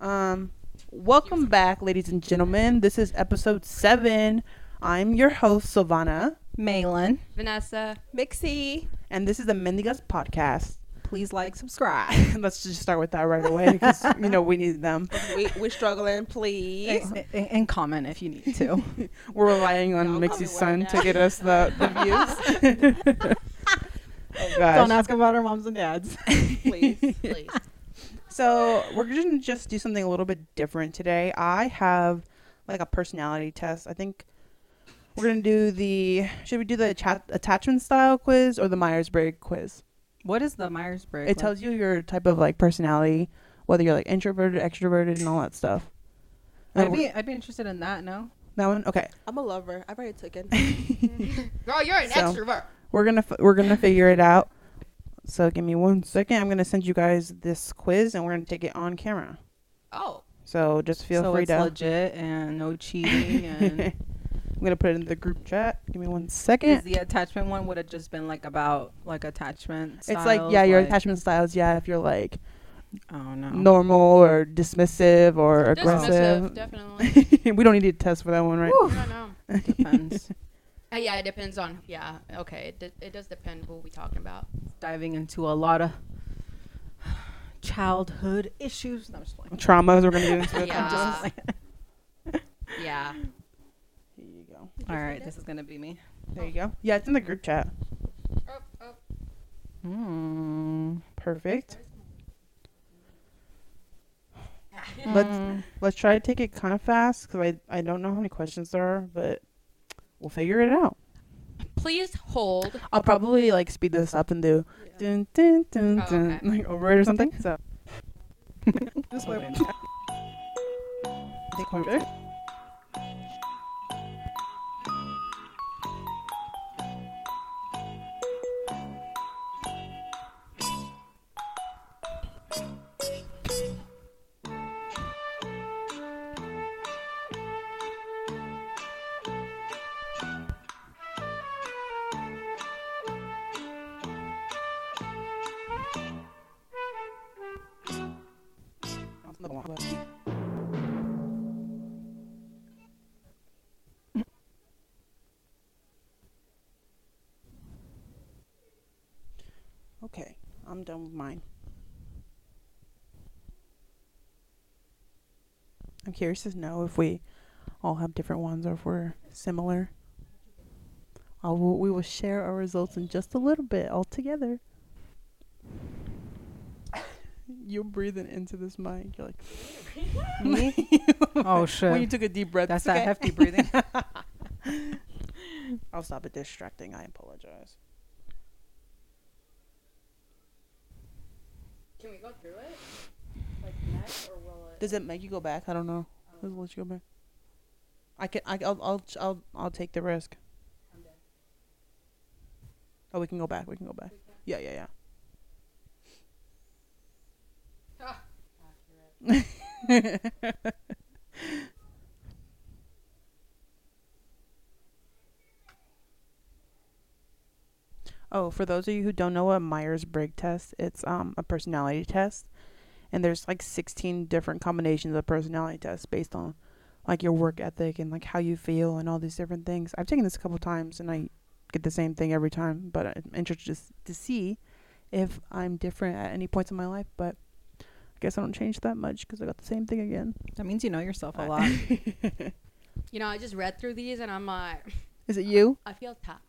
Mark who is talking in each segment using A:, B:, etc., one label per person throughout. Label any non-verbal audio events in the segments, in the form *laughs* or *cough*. A: Um, welcome back, ladies and gentlemen. This is episode seven. I'm your host, Silvana,
B: Malin.
C: Vanessa.
B: Mixie.
A: and this is the Mending Us podcast.
B: Please like, subscribe.
A: *laughs* Let's just start with that right away because, you know, we need them.
D: we, we're struggling, please.
B: and, and comment if you need to.
A: We're relying on
D: Y'all
A: Mixie's
D: call
A: son
D: me
A: to get us the, the views.
B: *laughs*
A: *laughs* oh,
B: Don't
A: gosh.
B: ask about our moms and dads.
A: *laughs*
D: Please.
C: Please.
A: So we're gonna just do something a little bit different today. I have like a personality test. I think we're gonna do the should we do the chat attachment style quiz or the Myers Briggs quiz?
B: What is the Myers Briggs?
A: It tells you your type of like personality, whether you're like introverted, extroverted, and all that stuff. And
B: I'd
A: we're-
B: be, I'd be interested in that. No.
A: that one, okay.
D: I'm a lover. I've already taken.
C: Girl, you're an
A: So-
C: extrovert.
A: We're gonna f- we're gonna figure it out. So give me one second. I'm gonna send you guys this quiz, and we're gonna take it on camera.
C: Oh.
A: So just feel
B: so
A: free
B: it's
A: to
B: legit and no cheating. And
A: *laughs* I'm gonna put it in the group chat. Give me one
B: is
A: second.
B: the attachment one would have just been like about like attachment.
A: it's like yeah, your attachment styles. Yeah, if you're like
B: Oh no.
A: normal or dismissive or
C: Dismissive,
A: aggressive. *laughs*
C: definitely.
A: we don't need a test for that one, right?
C: I don't know.
B: Depends.
C: Uh, yeah, it depends on. Yeah, okay. It, d- it does depend who we talking about.
B: Diving into a lot of childhood issues. No, I'm just playing.
A: Traumas. We're gonna get
B: *laughs*
A: into it.
C: Yeah.
B: just like-
C: *laughs* Yeah.
A: Here you go.
B: All right, this is gonna be me.
A: There you go. Yeah, it's in the group chat.
C: Oh, oh.
B: Hmm.
A: Perfect.
B: Hmm.
A: Let's let's try to take it kind of fast because I I don't know how many questions there are, but we'll figure it out.
C: Please hold.
A: I'll probably like speed this up and do dun, dun, dun,
C: Oh,
A: dun,
C: okay.
A: like over it or something. So *laughs*
B: This way.
A: perfect. 아, Okay, I'm done with mine. I'm curious to know if we all have different ones or if we're similar. I will, we will share our results in just a little bit, all together. *laughs* You're breathing into this mic. You're like
B: Me? oh
A: when you
B: shit.
A: took a deep breath.
B: That's
A: it's
B: that hefty breathing.
A: *laughs* I'll stop it distracting. I apologize.
C: Can we go through it? Like next, or will it? Oh.
A: Does it make you go back? I don't know. Does it let you go back? I can. I, I'll, I'll. I'll. I'll take the risk. Oh, we can go back. We can go back. Yeah, yeah, yeah. oh, for those of you who don't know what Myers Briggs test, it's um a personality test and there's like 16 different combinations of personality tests based on like your work ethic and like how you feel and all these different things i've taken this a couple times and i get the same thing every time but i'm interested s- to see if i'm different at any points in my life but i guess i don't change that much because i got the same thing again
B: That means you know yourself a lot.
C: You know, I just read through these and I'm like,
A: is it you
C: I feel tough.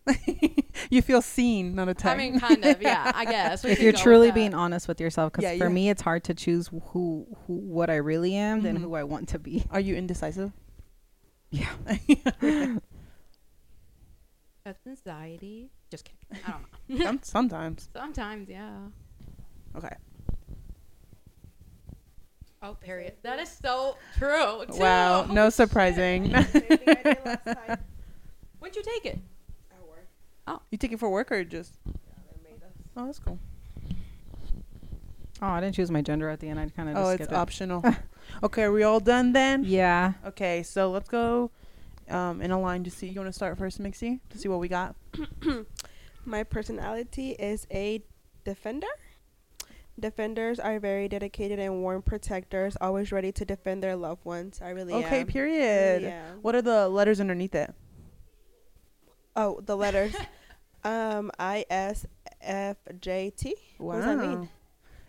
A: you feel seen not
C: I
A: attacked
C: mean, kind of. Yeah,
B: *laughs*
C: I guess. we
B: if
C: could
B: you're
C: go with
B: truly
C: that.
B: being honest with yourself, because
A: Yeah,
B: for
A: yeah.
B: me it's hard to choose who, who what I really am than
A: Mhm.
B: who I want to be.
A: are you indecisive *laughs*
B: Yeah.
C: That's anxiety. Just kidding. I don't know.
A: Some- sometimes
C: *laughs* Sometimes, yeah.
A: okay
C: Oh, period. That is so true. Too.
A: wow no
D: *laughs*
A: surprising
C: When'd you take it?
A: *laughs* you take it for work or just oh that's cool
B: *laughs* Oh, I didn't choose my gender at the end. I kind of
A: Oh,
B: just
A: it's
D: *laughs*
B: skipped it.
A: optional. okay, are we all done then?
B: Yeah.
A: Okay, so let's go um, in a line to see. You want to start first, Mixie, to see what we got?
D: My personality is a defender. Defenders are very dedicated and warm protectors, always ready to defend their loved ones. I really am.
A: Okay,
D: I really
A: period.
D: am.
A: What are the letters underneath it?
D: Oh,
A: *laughs*
D: the letters. um, I S F J T. What does that mean?
A: Wow.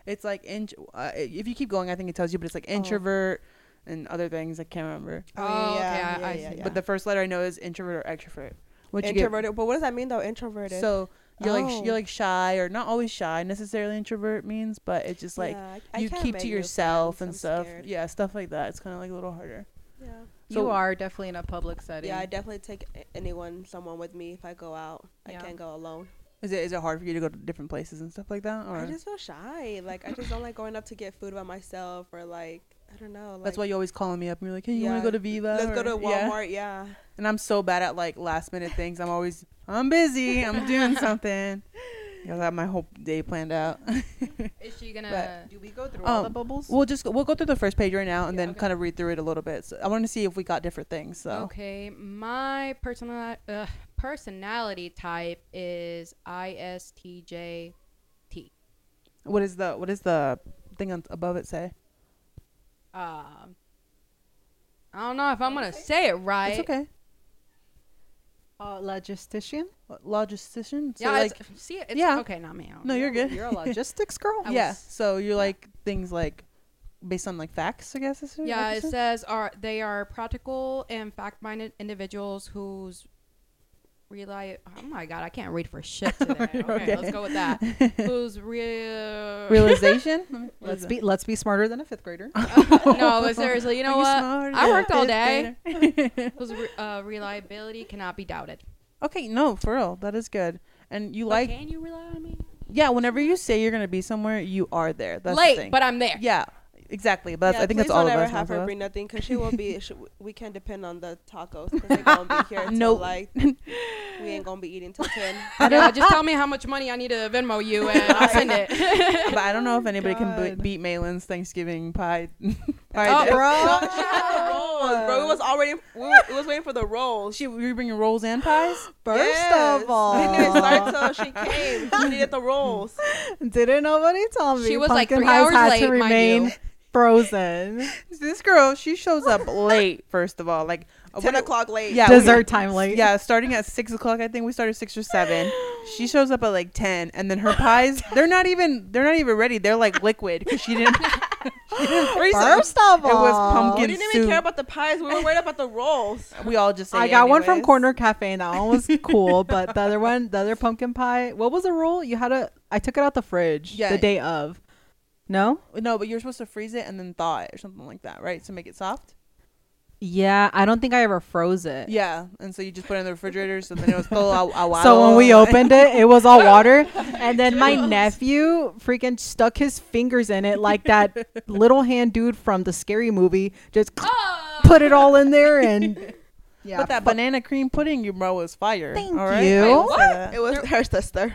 A: It's like in- uh, if you keep going, I think it tells you, but it's like
D: Oh.
A: introvert and other things. I can't remember.
C: Oh, okay, I- I see.
A: But the first letter I know is introvert or extrovert. What you get?
D: introverted. But what does that mean though? Introverted.
A: So you're like sh-
D: Oh.
A: you're like shy or not always shy necessarily. Introvert means, but it's just like
D: Yeah, I- I
A: you
D: can't
A: keep
D: make
A: to
D: new
A: yourself
D: friends,
A: and
D: I'm
A: stuff.
D: scared.
A: Yeah, stuff like that. It's kind of like a little harder.
D: Yeah.
A: So-
B: you are definitely in a public setting. *laughs*
D: Yeah, I definitely take a- anyone, someone with me if I go out. I
B: Yeah.
D: can't go alone.
A: Is it is it hard for you to go to different places and stuff like that? Or
D: I just feel shy. Like I just don't like going up to get food by myself or like I don't know. Like,
A: that's why you're always calling me up and you're like, hey, you want
D: Yeah.
A: to go to Viva?
D: Let's go
A: or- *laughs*
D: to
A: Yeah.
D: Walmart. Yeah.
A: And I'm so bad at like last minute things. I'm always I'm busy. I'm
D: *laughs*
A: doing something. I have my whole day planned out. *laughs*
C: Is she gonna?
B: Do we go through
A: all
B: all
A: the
B: the bubbles?
A: we'll just we'll go through the first page right now and
C: Yeah,
A: then
C: okay.
A: kind of read through it a little bit. So I want to see if we got different things. So
C: Okay, my personal uh, personality type is ISTJ.
A: what is the what is the thing on, above it say?
C: Um, I don't know if I'm gonna say it right.
A: it's okay.
B: uh, logistician.
A: What, Logistician. So
C: yeah,
A: like
C: it's, see, it's
A: yeah.
C: okay, not me. I don't
A: no,
C: know.
A: you're good. *laughs*
B: You're a *laughs* logistics girl.
C: I
A: yeah.
C: was-
A: so you're
C: yeah.
A: like things like based on like facts, I guess. is what
C: Yeah,
A: you
C: it
A: said?
C: says are they are practical and fact-minded individuals whose rely. Oh my god, I can't read
A: *laughs*
C: for shit
A: Oh
C: today. okay,
A: You're okay.
C: let's go
A: *laughs*
C: with that. whose real *laughs*
A: Realization. Let me- what
B: Let's
A: is it? *laughs*
B: be let's be smarter than a fifth grader.
C: no, but seriously, you know what? I worked all day.
A: day.
C: Whose re- uh, reliability cannot be doubted.
A: *laughs* okay, no, for real, that is good. And you
C: But
A: like,
C: can you rely on me?
A: yeah. Whenever you say you're gonna be somewhere, you are there. That's the
C: Late,
A: thing.
C: but I'm there.
A: yeah, exactly. But that's,
D: Yeah,
A: I think that's
D: please
A: all
D: don't
A: of
D: ever
A: us.
D: have
A: most
D: her
A: of
D: bring nothing because she won't be. She, we can't depend on the tacos because they're gonna be here until
A: Nope.
D: like we ain't gonna be eating till ten.
A: I
C: Yeah,
A: don't, *laughs*
C: just tell me how much money I need to Venmo you, and I'll send *laughs* it.
A: but I don't know if anybody can
B: God.
A: be- beat Malin's Thanksgiving pie. *laughs* pie
C: Oh,
A: day.
D: *laughs* She had the rolls, bro. It was already. We was, it was waiting for the rolls.
A: She, we were bringing rolls and *gasps* pies.
B: First
D: Yes.
B: of all,
D: we didn't start till she came. She needed the rolls.
B: didn't nobody tell me
C: She was, like,
B: pumpkin
C: three
B: pies
C: hours
B: had to
C: late, mind you.
B: remain *laughs* frozen.
A: This girl, she shows up late. First of all, like
D: Ten
A: when I-
D: o'clock late.
A: Yeah, we-
B: Dessert time late.
A: Yeah, starting at six o'clock. I think we started six or seven. She shows up at like ten, and then her pies—they're not even—they're not even ready. They're like liquid because she didn't. *laughs* she didn't freeze them.
B: First of all,
A: It was pumpkin
D: We Oh, didn't even care
A: soup.
D: about the pies. We were worried about the rolls.
A: We all just. Say
B: I
A: it
B: got one from
A: anyways.
B: Corner Cafe, and that one *laughs* was cool. But the other one, the other pumpkin pie, what was the rule? You had to. I took it out the fridge
A: Yeah.
B: the day of. No.
A: No, but you're supposed to freeze it and then thaw it or something like that, right? To make it soft.
B: Yeah, I don't think I ever froze it.
A: Yeah, and so you just put it in the refrigerator, so then it was still
B: *laughs*
A: a, a
B: So when we
A: waddle.
B: opened it, it was all *laughs* water, and then my nephew freaking stuck his fingers in it like *laughs* that little hand dude from the scary movie. Just put it all in there *laughs* and yeah,
A: but that
B: fu-
A: banana cream pudding you brought was fire.
B: Thank
A: all right?
B: you.
A: I didn't say
B: What?
A: that.
D: It was her sister.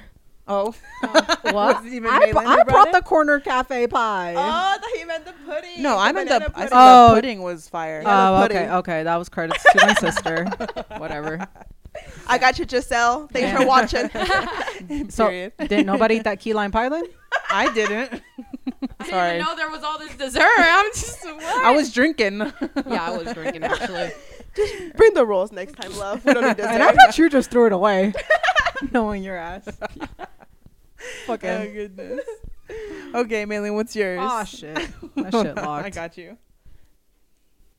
A: Oh,
B: *laughs* what?
A: Was it even
B: I,
A: Maylin
B: bu-
A: who
B: I
A: brought
B: brought
A: it?
B: the corner cafe pie.
D: Oh, I thought he meant the pudding.
A: *laughs* no,
D: the
A: I meant
D: banana
A: the, I said
D: pudding.
B: Oh.
A: the pudding was fire.
D: Yeah, the
B: Oh,
D: pudding.
B: okay, okay. That was credits to my sister. Whatever.
D: I got you, Giselle. Thanks
B: Yeah.
D: for watching.
B: Oh,
A: *laughs*
B: So
A: Period.
B: didn't nobody eat that key lime pie then?
A: I didn't.
B: *laughs*
C: I
A: Sorry.
C: didn't know there was all this dessert. I'm just what?
A: I was
B: *laughs*
A: drinking. Oh, *laughs*
C: yeah, I was drinking actually.
D: Bring the rolls next time, love. We don't need
B: And I
D: dessert.
B: bet you just threw it away, *laughs* knowing your ass.
A: Oh
B: Fucking.
A: goodness. Okay, Maylin, what's yours?
B: Oh shit! That
A: *laughs*
B: shit
A: I
B: locked.
A: got you.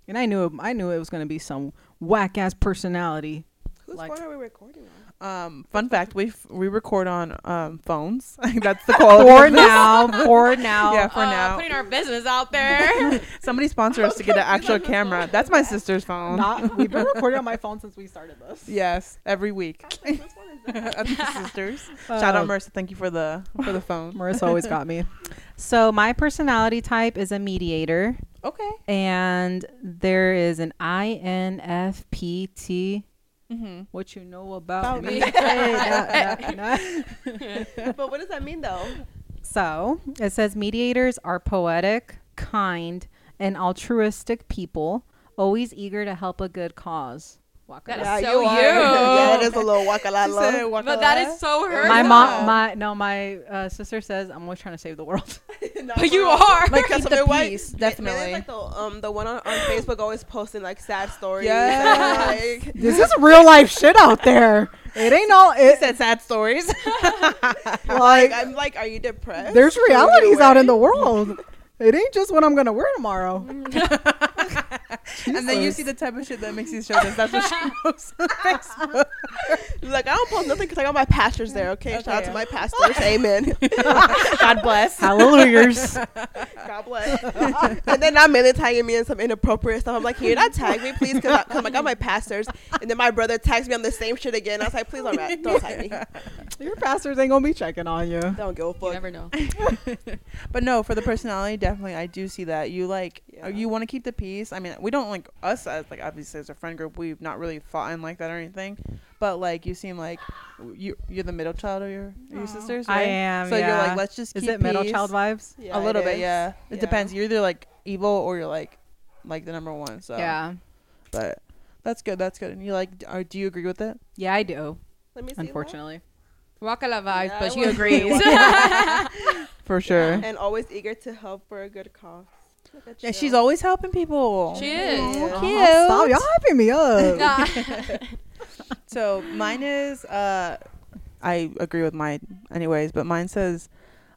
B: and I knew I knew it was gonna be some whack ass personality.
D: Whose
B: Like-
D: phone are we
A: *laughs*
D: recording on?
A: Um, fun fact: we f- we record on um phones. *laughs* That's
B: *laughs*
A: the
B: For
A: quality.
B: now, for now.
A: yeah, for
C: Uh,
A: now.
C: putting our business
A: *laughs*
C: out there.
A: Somebody sponsor us to
B: *laughs*
A: get an actual camera. That's my sister's phone.
B: Not, we've been recording on my phone since we started this.
A: yes, every
B: *laughs*
A: week. *laughs*
D: Whose phone is that?
A: That's my sister's. Shout
B: Oh.
A: out Marissa. Thank you for the for
B: *laughs*
A: the phone.
B: Marissa always got me. So my personality type is a mediator,
A: Okay.
B: and there is an INFPT.
A: Mm-hmm.
B: What you know about,
A: About
B: me?
A: me.
B: *laughs* Hey, that- that- that.
D: But what does that mean, though?
B: So it says mediators are poetic, kind, and altruistic people, always eager to help a good cause.
C: That
D: Yeah,
C: is so you.
D: Ah, *laughs* yeah, it is a little waka la She la. said *laughs* waka
C: But that
D: la.
C: is so her.
B: my
D: Yeah.
B: mom, my no, my uh, sister says I'm always trying to save the world. *laughs*
D: No,
C: But
D: for
C: you
D: real.
C: are.
A: Like, keep
D: Because of
A: the
D: the white-
A: peace,
D: Ma- mainly
A: definitely.
D: Like the, um, the one on, on Facebook always posting like sad stories.
A: Yes.
D: And,
B: *laughs*
D: like,
B: this is real life shit out there. It ain't all. It,
A: said sad
D: *laughs*
A: stories. *laughs*
D: like *laughs*
B: like
D: I'm like, are you depressed?
B: there's
D: Is it
B: realities out in
D: work?
B: the world. It ain't just what I'm gonna wear tomorrow.
A: and then you see the type of shit that makes you show this. That's what
D: *laughs*
A: she posts on Facebook.
D: Like I don't post nothing because I got my pastors there. Okay,
A: Okay,
D: shout out
A: yeah.
D: to my pastors. Amen.
A: God bless. *laughs*
B: *laughs* Hallelujahs.
D: God bless. *laughs* and then I'm mainly tagging me in some inappropriate stuff. I'm like, here, not tag me, please, because I, 'cause I got my pastors. And then my brother tags me on the same shit again. I was like, please don't, ra- don't tag me.
B: *laughs* Your pastors ain't gonna be checking on you.
D: Don't give a
C: *laughs* You
D: fuck.
C: never know.
A: *laughs* But no, for the personality, definitely, I do see that you like
D: Yeah.
A: you want to keep the peace. I mean, we don't like us as like obviously as a friend group, we've not really fought in like that or anything. But like you seem like you you're the middle child of your your sisters, right?
B: I am.
A: So you're
B: yeah.
A: like, let's just
B: Is
A: keep
B: it middle
A: peace.
B: child vibes?
D: Yeah,
A: a
D: it
A: little bit,
D: is.
A: yeah. It
D: Yeah.
A: depends. You're either like evil or you're like like the number one. So
C: Yeah.
A: but that's good. That's good. And you like, d- are, do you agree with it?
B: Yeah, I do.
D: Let me see. that.
B: Unfortunately,
C: Waka la vibe,
D: Yeah, I
C: but she
A: *laughs*
D: would-
C: agrees.
A: For sure. Yeah,
D: And always eager to help for a good cause. Look at you.
A: she's always helping people.
C: *laughs* she is.
D: Yeah.
B: Aw, stop, y'all hyping me
A: *laughs*
B: up.
C: Nah.
A: So mine is uh I agree with mine anyways, but mine says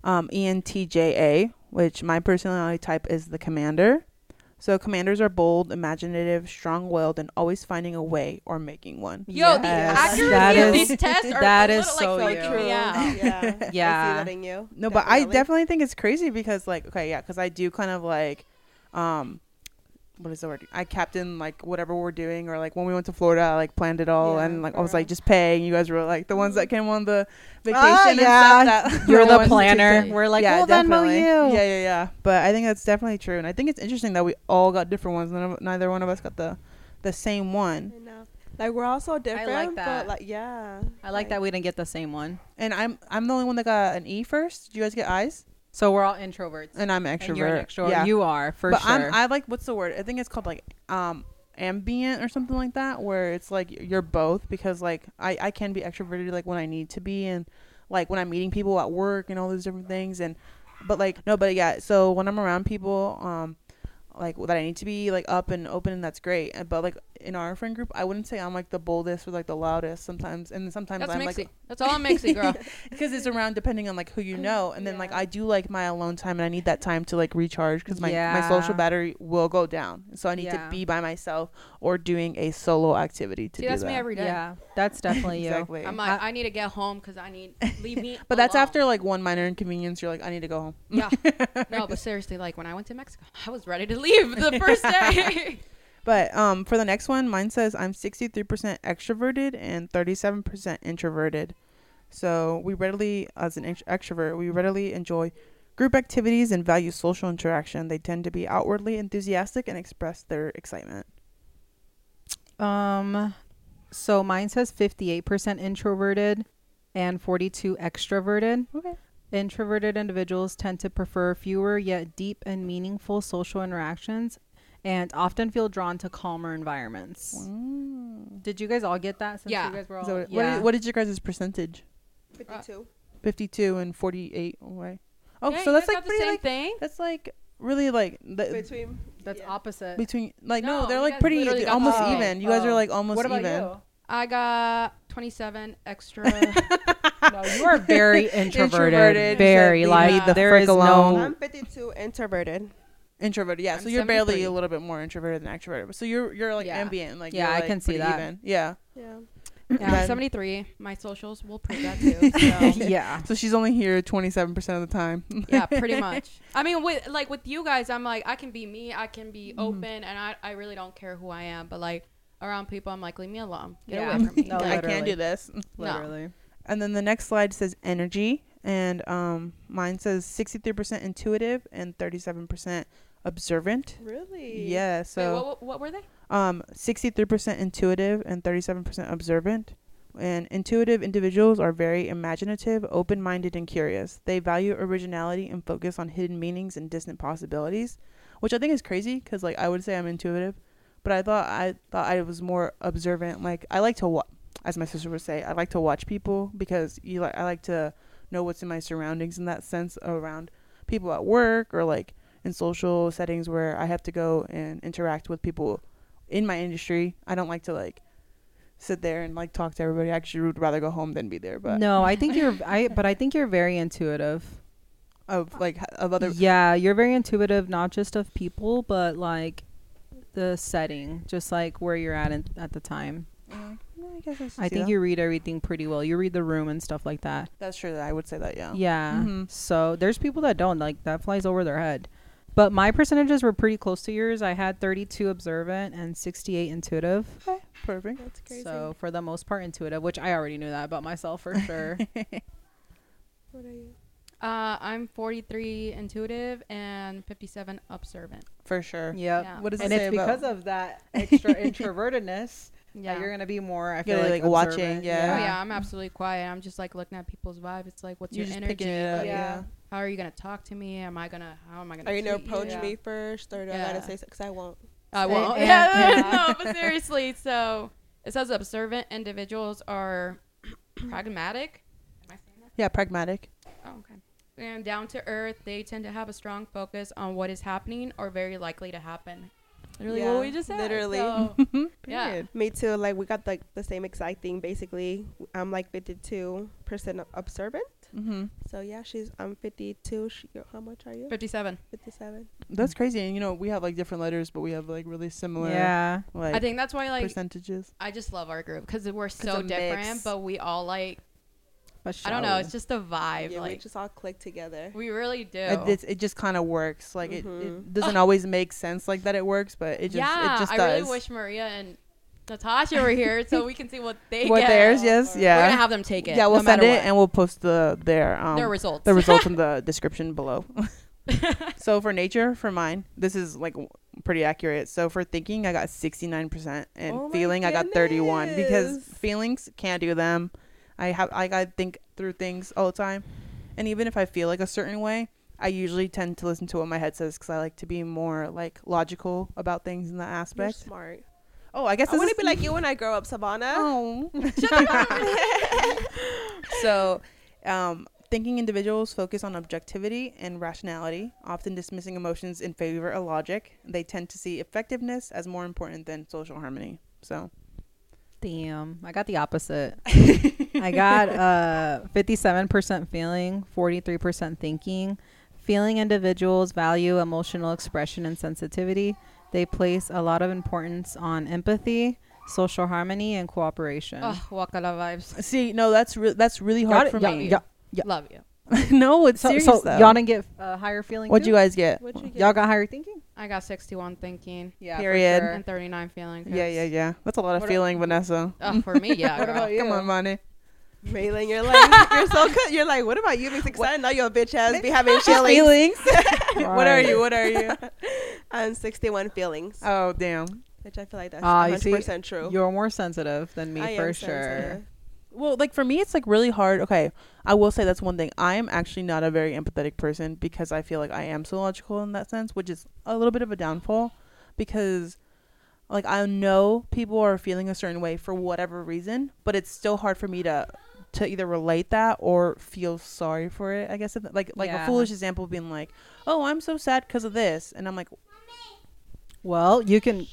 A: um ENTJA, which my personality type is the commander. So commanders are bold, imaginative, strong-willed, and always finding a way or making one.
C: Yo, the
B: Yes,
C: accuracy
B: that
C: of
B: is-
C: these tests are
B: that
C: a
B: is
C: little,
B: so
C: like,
B: you.
C: freaking me
A: *laughs*
C: out.
D: Yeah. I see
B: Yeah.
D: that in you.
A: No, but I definitely think it's crazy because like okay, yeah, cuz I do kind of like um what is the word? I captain like whatever we're doing or like when we went to Florida, I like planned it all
D: Yeah,
A: and like I
D: for
A: was
D: real.
A: like just paying. You guys were like the ones that came on the vacation
B: Mm. Ah,
A: and
B: yeah.
A: stuff that *laughs*
B: *laughs* You're
A: were
B: the
A: ones-
B: planner.
C: Tuesday.
B: We're like,
A: yeah,
B: well, then will
A: definitely.
B: you?
A: Yeah, yeah, yeah. But I think that's definitely true, and I think it's interesting that we all got different ones. None of, neither one of us got the the same one.
D: I know. Like we're all so different.
B: that.
D: But like, yeah.
B: I like that we didn't get the same one.
A: And I'm I'm the only one that got an E first. Did you guys get I's?
B: So we're all introverts.
A: And I'm extrovert.
B: And you're an extrovert.
A: Yeah.
B: You are for
A: but
B: sure.
A: I'm, I like what's the word? I think it's called like um ambient or something like that, where it's like you're both because like I I can be extroverted like when I need to be and like when I'm meeting people at work and all those different things and but like no, but yeah. So when I'm around people, um, like that I need to be like up and open and that's great. And- But like in our friend group, I wouldn't say I'm like the boldest or like the loudest sometimes, and sometimes
C: That's
A: I'm
C: mixy.
A: like
C: That's all
A: *laughs*
C: mixy, girl.
A: because it's around depending on like who
C: Mm,
A: you know and then like
D: Yeah.
A: i do like my alone time and i need that time to like recharge because my, my social
B: Yeah.
A: battery will go down so i need
B: Yeah.
A: to be by myself or doing a solo activity to
C: See,
A: do
C: that's
A: that
C: me every day.
B: yeah, that's definitely you.
A: exactly
C: I'm like, I, need to get home because I need leave *laughs* me.
A: but that's
C: alone.
A: after like one minor inconvenience you're like i need to go home *laughs*
C: Yeah. No, but seriously, like when I went to Mexico, *laughs* I was ready to leave the first *laughs* day.
A: but um for the next one mine says i'm 63% extroverted and 37% introverted so we readily as an ext- extrovert we readily enjoy group activities and value social interaction they tend to be outwardly enthusiastic and express their excitement
B: Um, so mine says 58% introverted and 42 extroverted.
A: Okay.
B: Introverted individuals tend to prefer fewer yet deep and meaningful social interactions and often feel drawn to calmer environments. Did you guys all get that since
C: Yeah.
B: you guys were
A: Is
B: all
A: that what, what,
B: yeah.
A: did, what is your guys' percentage?
D: Fifty-two.
A: 52 and 48. Away. Oh,
C: *laughs* Yeah,
A: so
C: you
A: that's
C: guys
A: like
C: got the
A: pretty
C: same
A: like,
C: thing.
A: that's like really like the,
D: Between.
B: That's
D: yeah.
B: opposite.
A: between like no,
C: No,
A: they're
C: you
A: like
C: guys
A: pretty e,
C: literally got the
A: almost
C: same.
A: even. You guys are
B: Oh.
A: like almost
B: what about
A: even.
C: I got 27 extra. *laughs*
B: you? no, you are very introverted.
A: Introverted,
B: very
A: said,
B: like
A: "Leave
C: me the
B: there
A: frick
B: is
A: alone."
B: no
D: I'm 52 introverted.
A: Introverted. Yeah,
C: I'm
A: so you're barely
C: 73.
A: a little bit more introverted than extroverted. So you're you're like
C: Yeah.
A: ambient like
B: Yeah,
A: you're,
B: I
A: like,
B: can see
A: pretty
B: that.
A: Even. Yeah.
D: Yeah.
C: yeah,
A: Then-
C: I'm 73. My socials will prove that *laughs* too. So.
B: *laughs* yeah.
A: So she's only here 27% of the time. *laughs*
C: yeah, pretty much. I mean, with like with you guys, I'm like I can be me. I can be open, and I I really don't care who I am. But like around people, I'm like leave me alone. Get
B: Yeah.
C: away from *laughs* me.
B: No,
A: I can't
B: literally.
A: do this.
C: No.
B: Literally.
A: And then the next slide says energy, and um, mine says 63% intuitive and 37% observant.
D: Really?
A: Yeah,
C: Wait,
A: so
C: what, what were they?
A: um, 63% intuitive and 37% observant. And intuitive individuals are very imaginative, open minded, and curious. They value originality and focus on hidden meanings and distant possibilities, which I think is crazy because, like, I would say I'm intuitive, But I thought I thought I was more observant. Like I like to watch, as my sister would say, I like to watch people because you like I like to know what's in my surroundings in that sense around people at work or like in social settings where I have to go and interact with people in my industry. I don't like to like sit there and like talk to everybody. I actually would rather go home than be there. But
B: no, I think you're. I but I think you're very intuitive.
A: of like h- of other
B: yeah, you're very intuitive, not just of people, but like the setting, just like where you're at in, at the time.
A: Yeah, Mm, I guess I, should
B: I
A: see
B: think
A: that.
B: you read everything pretty well. You read the room and stuff like that.
A: That's true. That I would say that. Yeah.
B: Yeah.
A: Mhm.
B: So there's people that don't like that flies over their head. But my percentages were pretty close to yours. I had 32 observant and 68 intuitive.
A: Okay. Perfect.
D: That's crazy.
B: So for the most part intuitive, which I already knew that about myself *laughs* for sure.
D: What are you?
C: Uh, I'm 43 intuitive and 57 observant.
A: For sure.
B: yep.
C: Yeah.
A: What does
B: And
A: it
B: it's
A: say
B: because
A: about?
B: of *laughs* that extra introvertedness yeah.
C: Yeah.
B: you're gonna be more. I
A: You're
B: feel like,
A: gonna be, like, watching,
B: observant.
A: yeah.
C: Oh yeah, I'm absolutely quiet. I'm just like looking at people's vibe. It's like, what's
A: You're
C: your
A: just
C: energy?
A: picking it up.
C: Like,
A: Yeah.
D: Yeah.
C: How are you gonna talk to me? Am I gonna? How am I gonna?
D: Are you gonna
C: treat
D: approach
C: Yeah.
D: me first, or do I
C: Yeah.
D: gotta say because I won't?
C: I
B: Say
C: won't.
B: it.
C: Yeah, *laughs* no, but seriously. So it says observant individuals are *clears throat* pragmatic. Am I saying that?
A: Yeah. Pragmatic.
C: Oh, okay. And down to earth, they tend to have a strong focus on what is happening or very likely to happen. Literally,
D: Yeah,
C: what we just said.
D: literally.
A: Oh. *laughs*
C: So, *laughs* yeah.
B: Period.
D: Me too. Like we got like the same exact thing. Basically, I'm like 52 percent observant.
A: Mm-hmm.
D: So yeah, she's I'm 52. She, yo, how much are you?
C: 57.
D: 57.
A: That's crazy. And you know we have like different letters, but we have like really similar.
B: Oh, Yeah.
A: Like,
C: I think that's why, like,
A: percentages.
C: I just love our group because we're so
A: a
C: different,
A: mix.
C: but we all like.
B: But
C: I don't know.
B: shall
C: It's just the vibe.
D: Yeah, we
C: like
D: just all click together.
C: we really do.
A: It, it's- it just kind of works. Like it, it
C: Mm-hmm.
D: Mhm.
A: doesn't always make sense like that. It works, but it just
C: yeah,
A: it just
C: I
A: does.
C: really wish Maria and Natasha were here so we can see what they
A: what
C: get.
A: theirs? Yes.
D: We're
C: We're gonna
A: Yeah.
C: have them take it.
A: Yeah. We'll
C: no
A: send it
C: matter what.
A: and we'll post the their um
C: their
D: *laughs*
C: results.
A: the results in the description below. so for nature, for mine, this is like w- pretty accurate. So for thinking, I got 69%, and
D: Oh my
A: feeling, I got 31 because
D: goodness.
A: feelings can't do them. I have I, I think through things all the time, and even if I feel like a certain way, I usually tend to listen to what my head says because I like to be more like logical about things in that
D: You're
A: aspect.
D: smart.
A: Oh, I guess
D: I
A: this
D: want
A: is
D: to be like you when I grow up, Savannah.
A: *laughs* Oh. so, um, thinking individuals focus on objectivity and rationality, often dismissing emotions in favor of logic. They tend to see effectiveness as more important than social harmony. So,
B: we? Damn. I got the opposite. I got uh 57% feeling, 43% thinking. Feeling individuals value emotional expression and sensitivity. They place a lot of importance on empathy, social harmony, and cooperation.
C: oh, Wakala vibes.
A: see, no, that's re- that's really
B: Y'all
A: hard
B: didn't-
A: for
B: y'all-
A: me.
B: y'all- Yeah.
C: Love you.
A: *laughs* no, it's
B: So,
A: serious
B: so
A: though.
B: y'all didn't get uh, higher feeling.
A: What'd
B: too?
A: you guys get?
D: What you get?
B: Y'all got higher thinking.
C: I got 61 thinking
B: Yeah.
A: for Period. sure.
C: and 39 feeling. 'cause-
A: Yeah, yeah, yeah. That's a lot of
B: What a-
A: feeling, Vanessa.
C: Oh, for me,
A: *laughs*
C: yeah.
B: What
C: girl.
B: about you?
A: Come on, Monty.
D: Raylan, you're *laughs* like you're so good. You're like, what about you? Because I know your bitch ass be having feelings.
A: Feelings. What are
B: Right.
A: you? What are you?
D: *laughs* I'm 61 feelings,
A: Oh, damn.
D: which I feel like that's
B: Ah, you
D: 100
B: see,
D: percent true.
B: You're more sensitive than me
D: I
B: for
D: am
B: sure.
D: sensitive.
A: Well, like for me, it's like really hard. Okay, I will say that's one thing. I am actually not a very empathetic person because I feel like I am so logical in that sense, which is a little bit of a downfall because, like, I know people are feeling a certain way for whatever reason, but it's still hard for me to to either relate that or feel sorry for it. I guess if- like like
B: Yeah.
A: a foolish example being like, "Oh, I'm so sad because of this," and I'm like,
B: Well, you can.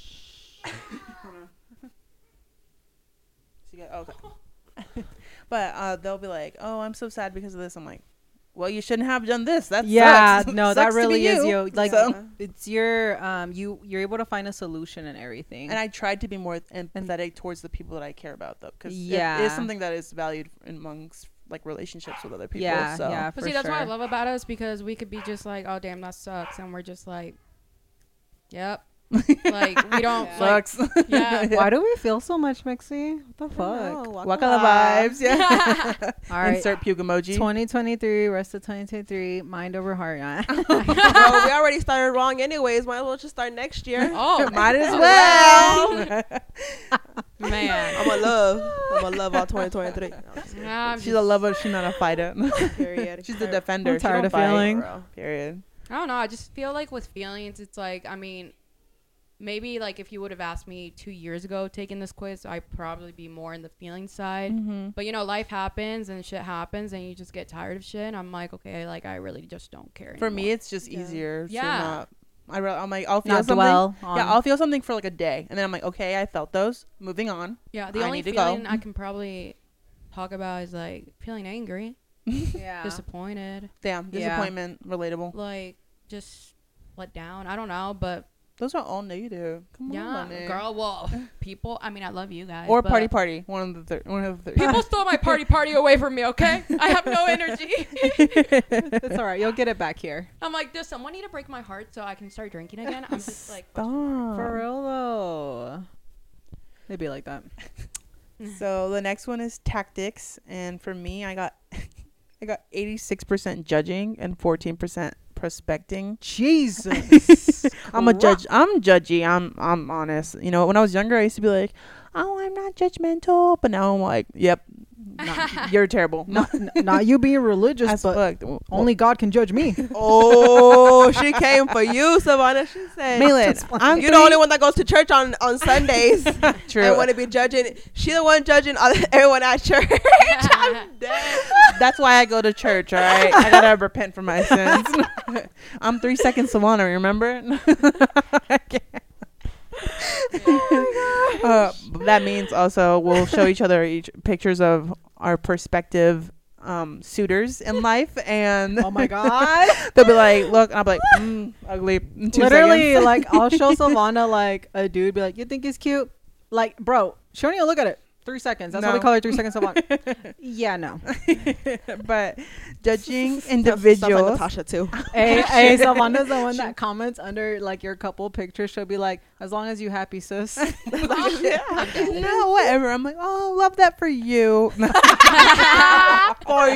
A: So you got- okay. *laughs* but uh, they'll be like, "Oh, I'm so sad because of this." I'm like, "Well, you shouldn't have done this." That
B: yeah, *laughs*
A: sucks. *laughs*
B: no, that
A: Sucks to be
B: really is you. Like
A: So-
B: it's your um, you you're able to find a solution in everything.
A: and I tried to be more empathetic towards the people that I care about, though, because it is
B: Yeah.
A: something that is valued amongst like relationships with other people.
B: yeah,
A: so. *laughs*
B: yeah,
C: But
B: for
C: see, that's
B: sure. *laughs*
C: what I love about us because we could be just like, oh, damn, that sucks. And we're just like,
A: *laughs*
C: yep. like, we don't.
D: Yeah.
C: Like,
A: sucks. *laughs*
C: yeah.
B: Why do we feel so much, Mixie? What the fuck?
D: No,
A: Waka la vibes. Yeah.
B: All right,
A: Insert puke emoji.
B: *laughs* 2023, rest of 2023, mind over *laughs* heart.
D: *laughs* Well, we already started wrong, anyways. Might as well just start next year.
C: Oh,
A: *laughs* Might
B: *laughs*
A: as well.
C: *laughs* man.
D: I'm a love. I'm a love all 2023. No, I'm just kidding.
C: I'm
A: She's
C: just-
A: a lover. She's not a fighter. *laughs*
D: Period.
A: She's a defender.
B: I'm
A: She
B: tired
A: don't
B: of
A: fight.
B: feeling.
D: Girl.
A: Period.
C: I don't know. I just feel like with feelings, it's like I mean, maybe like if you would have asked me two years ago taking this quiz, I'd probably be more in the feeling side.
A: Mm-hmm.
C: But you know, life happens and shit happens, and you just get tired of shit. And I'm like, okay, like I really just don't care.
A: For me,
C: anymore.
A: it's just
D: Yeah.
A: easier to
C: Yeah.
A: not. I re- I'm like, I'll feel
B: Not
A: something.
B: dwell on.
A: Yeah, I'll feel something for like a day, and then I'm like, okay, I felt those. Moving on.
C: yeah. The
A: I
C: only
A: need to go.
C: feeling I can probably talk about is like feeling angry,
B: yeah.
C: disappointed,
A: Damn,
B: Yeah.
A: disappointment, relatable.
C: like just let down. I don't know, but
A: Those are all negative. Come
C: yeah,
A: on, man.
C: girl. Well, people. I mean, I love you guys.
A: Or
C: but
A: party party. One of the thir- one of the three. *laughs*
C: People *laughs* stole my party party away from me. Okay, I have no energy. *laughs*
B: it's all right. You'll get it back here.
C: I'm like, does someone need to break my heart so I can start drinking again? I'm just
A: *laughs*
C: like,
B: *laughs* For
A: Stop.
B: real though. It'd be like that.
A: So the next one is tactics, and for me, I got *laughs* I got 86% judging and 14% prospecting.
B: Jesus.
A: I'm a judge. I'm judgy. I'm I'm honest. You know, when I was younger, I used to be like, "Oh, I'm not judgmental," but now I'm like, "Yep, not- you're terrible." *laughs*
B: *laughs* not, not you being religious,
A: As
B: but
A: fuck.
B: only God can judge me.
D: Oh, she came for you, Savannah. She said,
A: Malin, I'm
D: "You're the only one that goes to church on on Sundays.
A: *laughs* True.
D: I want to be judging. She the one judging all, *laughs* everyone at church.
C: *laughs*
D: I'm dead.
A: That's why I go to church. All right, I gotta *laughs* repent for my sins. *laughs* I'm three seconds Savannah. Remember? *laughs* I can't. *laughs* Uh, but that means also we'll show each other each pictures of our prospective um, suitors in life, and
B: *laughs* Oh
A: *laughs*
B: my God.
A: they'll be like, "Look," and I'll be like, mm, "Ugly." in two *laughs*
B: Literally,
A: seconds.
B: like I'll show Savannah like a dude, be like, "You think he's cute?" Like, bro, she don't even look at it. Three seconds. That's why we
A: No.
B: call her three
A: *laughs*
B: seconds Savannah. yeah, no.
A: but
B: *laughs*
A: judging
D: Sounds like
A: individuals.
D: Natasha too.
A: *laughs*
B: Hey, hey, Savannah's the one that comments under like your couple pictures. She'll be like, "As long as you happy, sis."
A: *laughs* no, whatever. I'm like, oh, love that for you. *laughs* for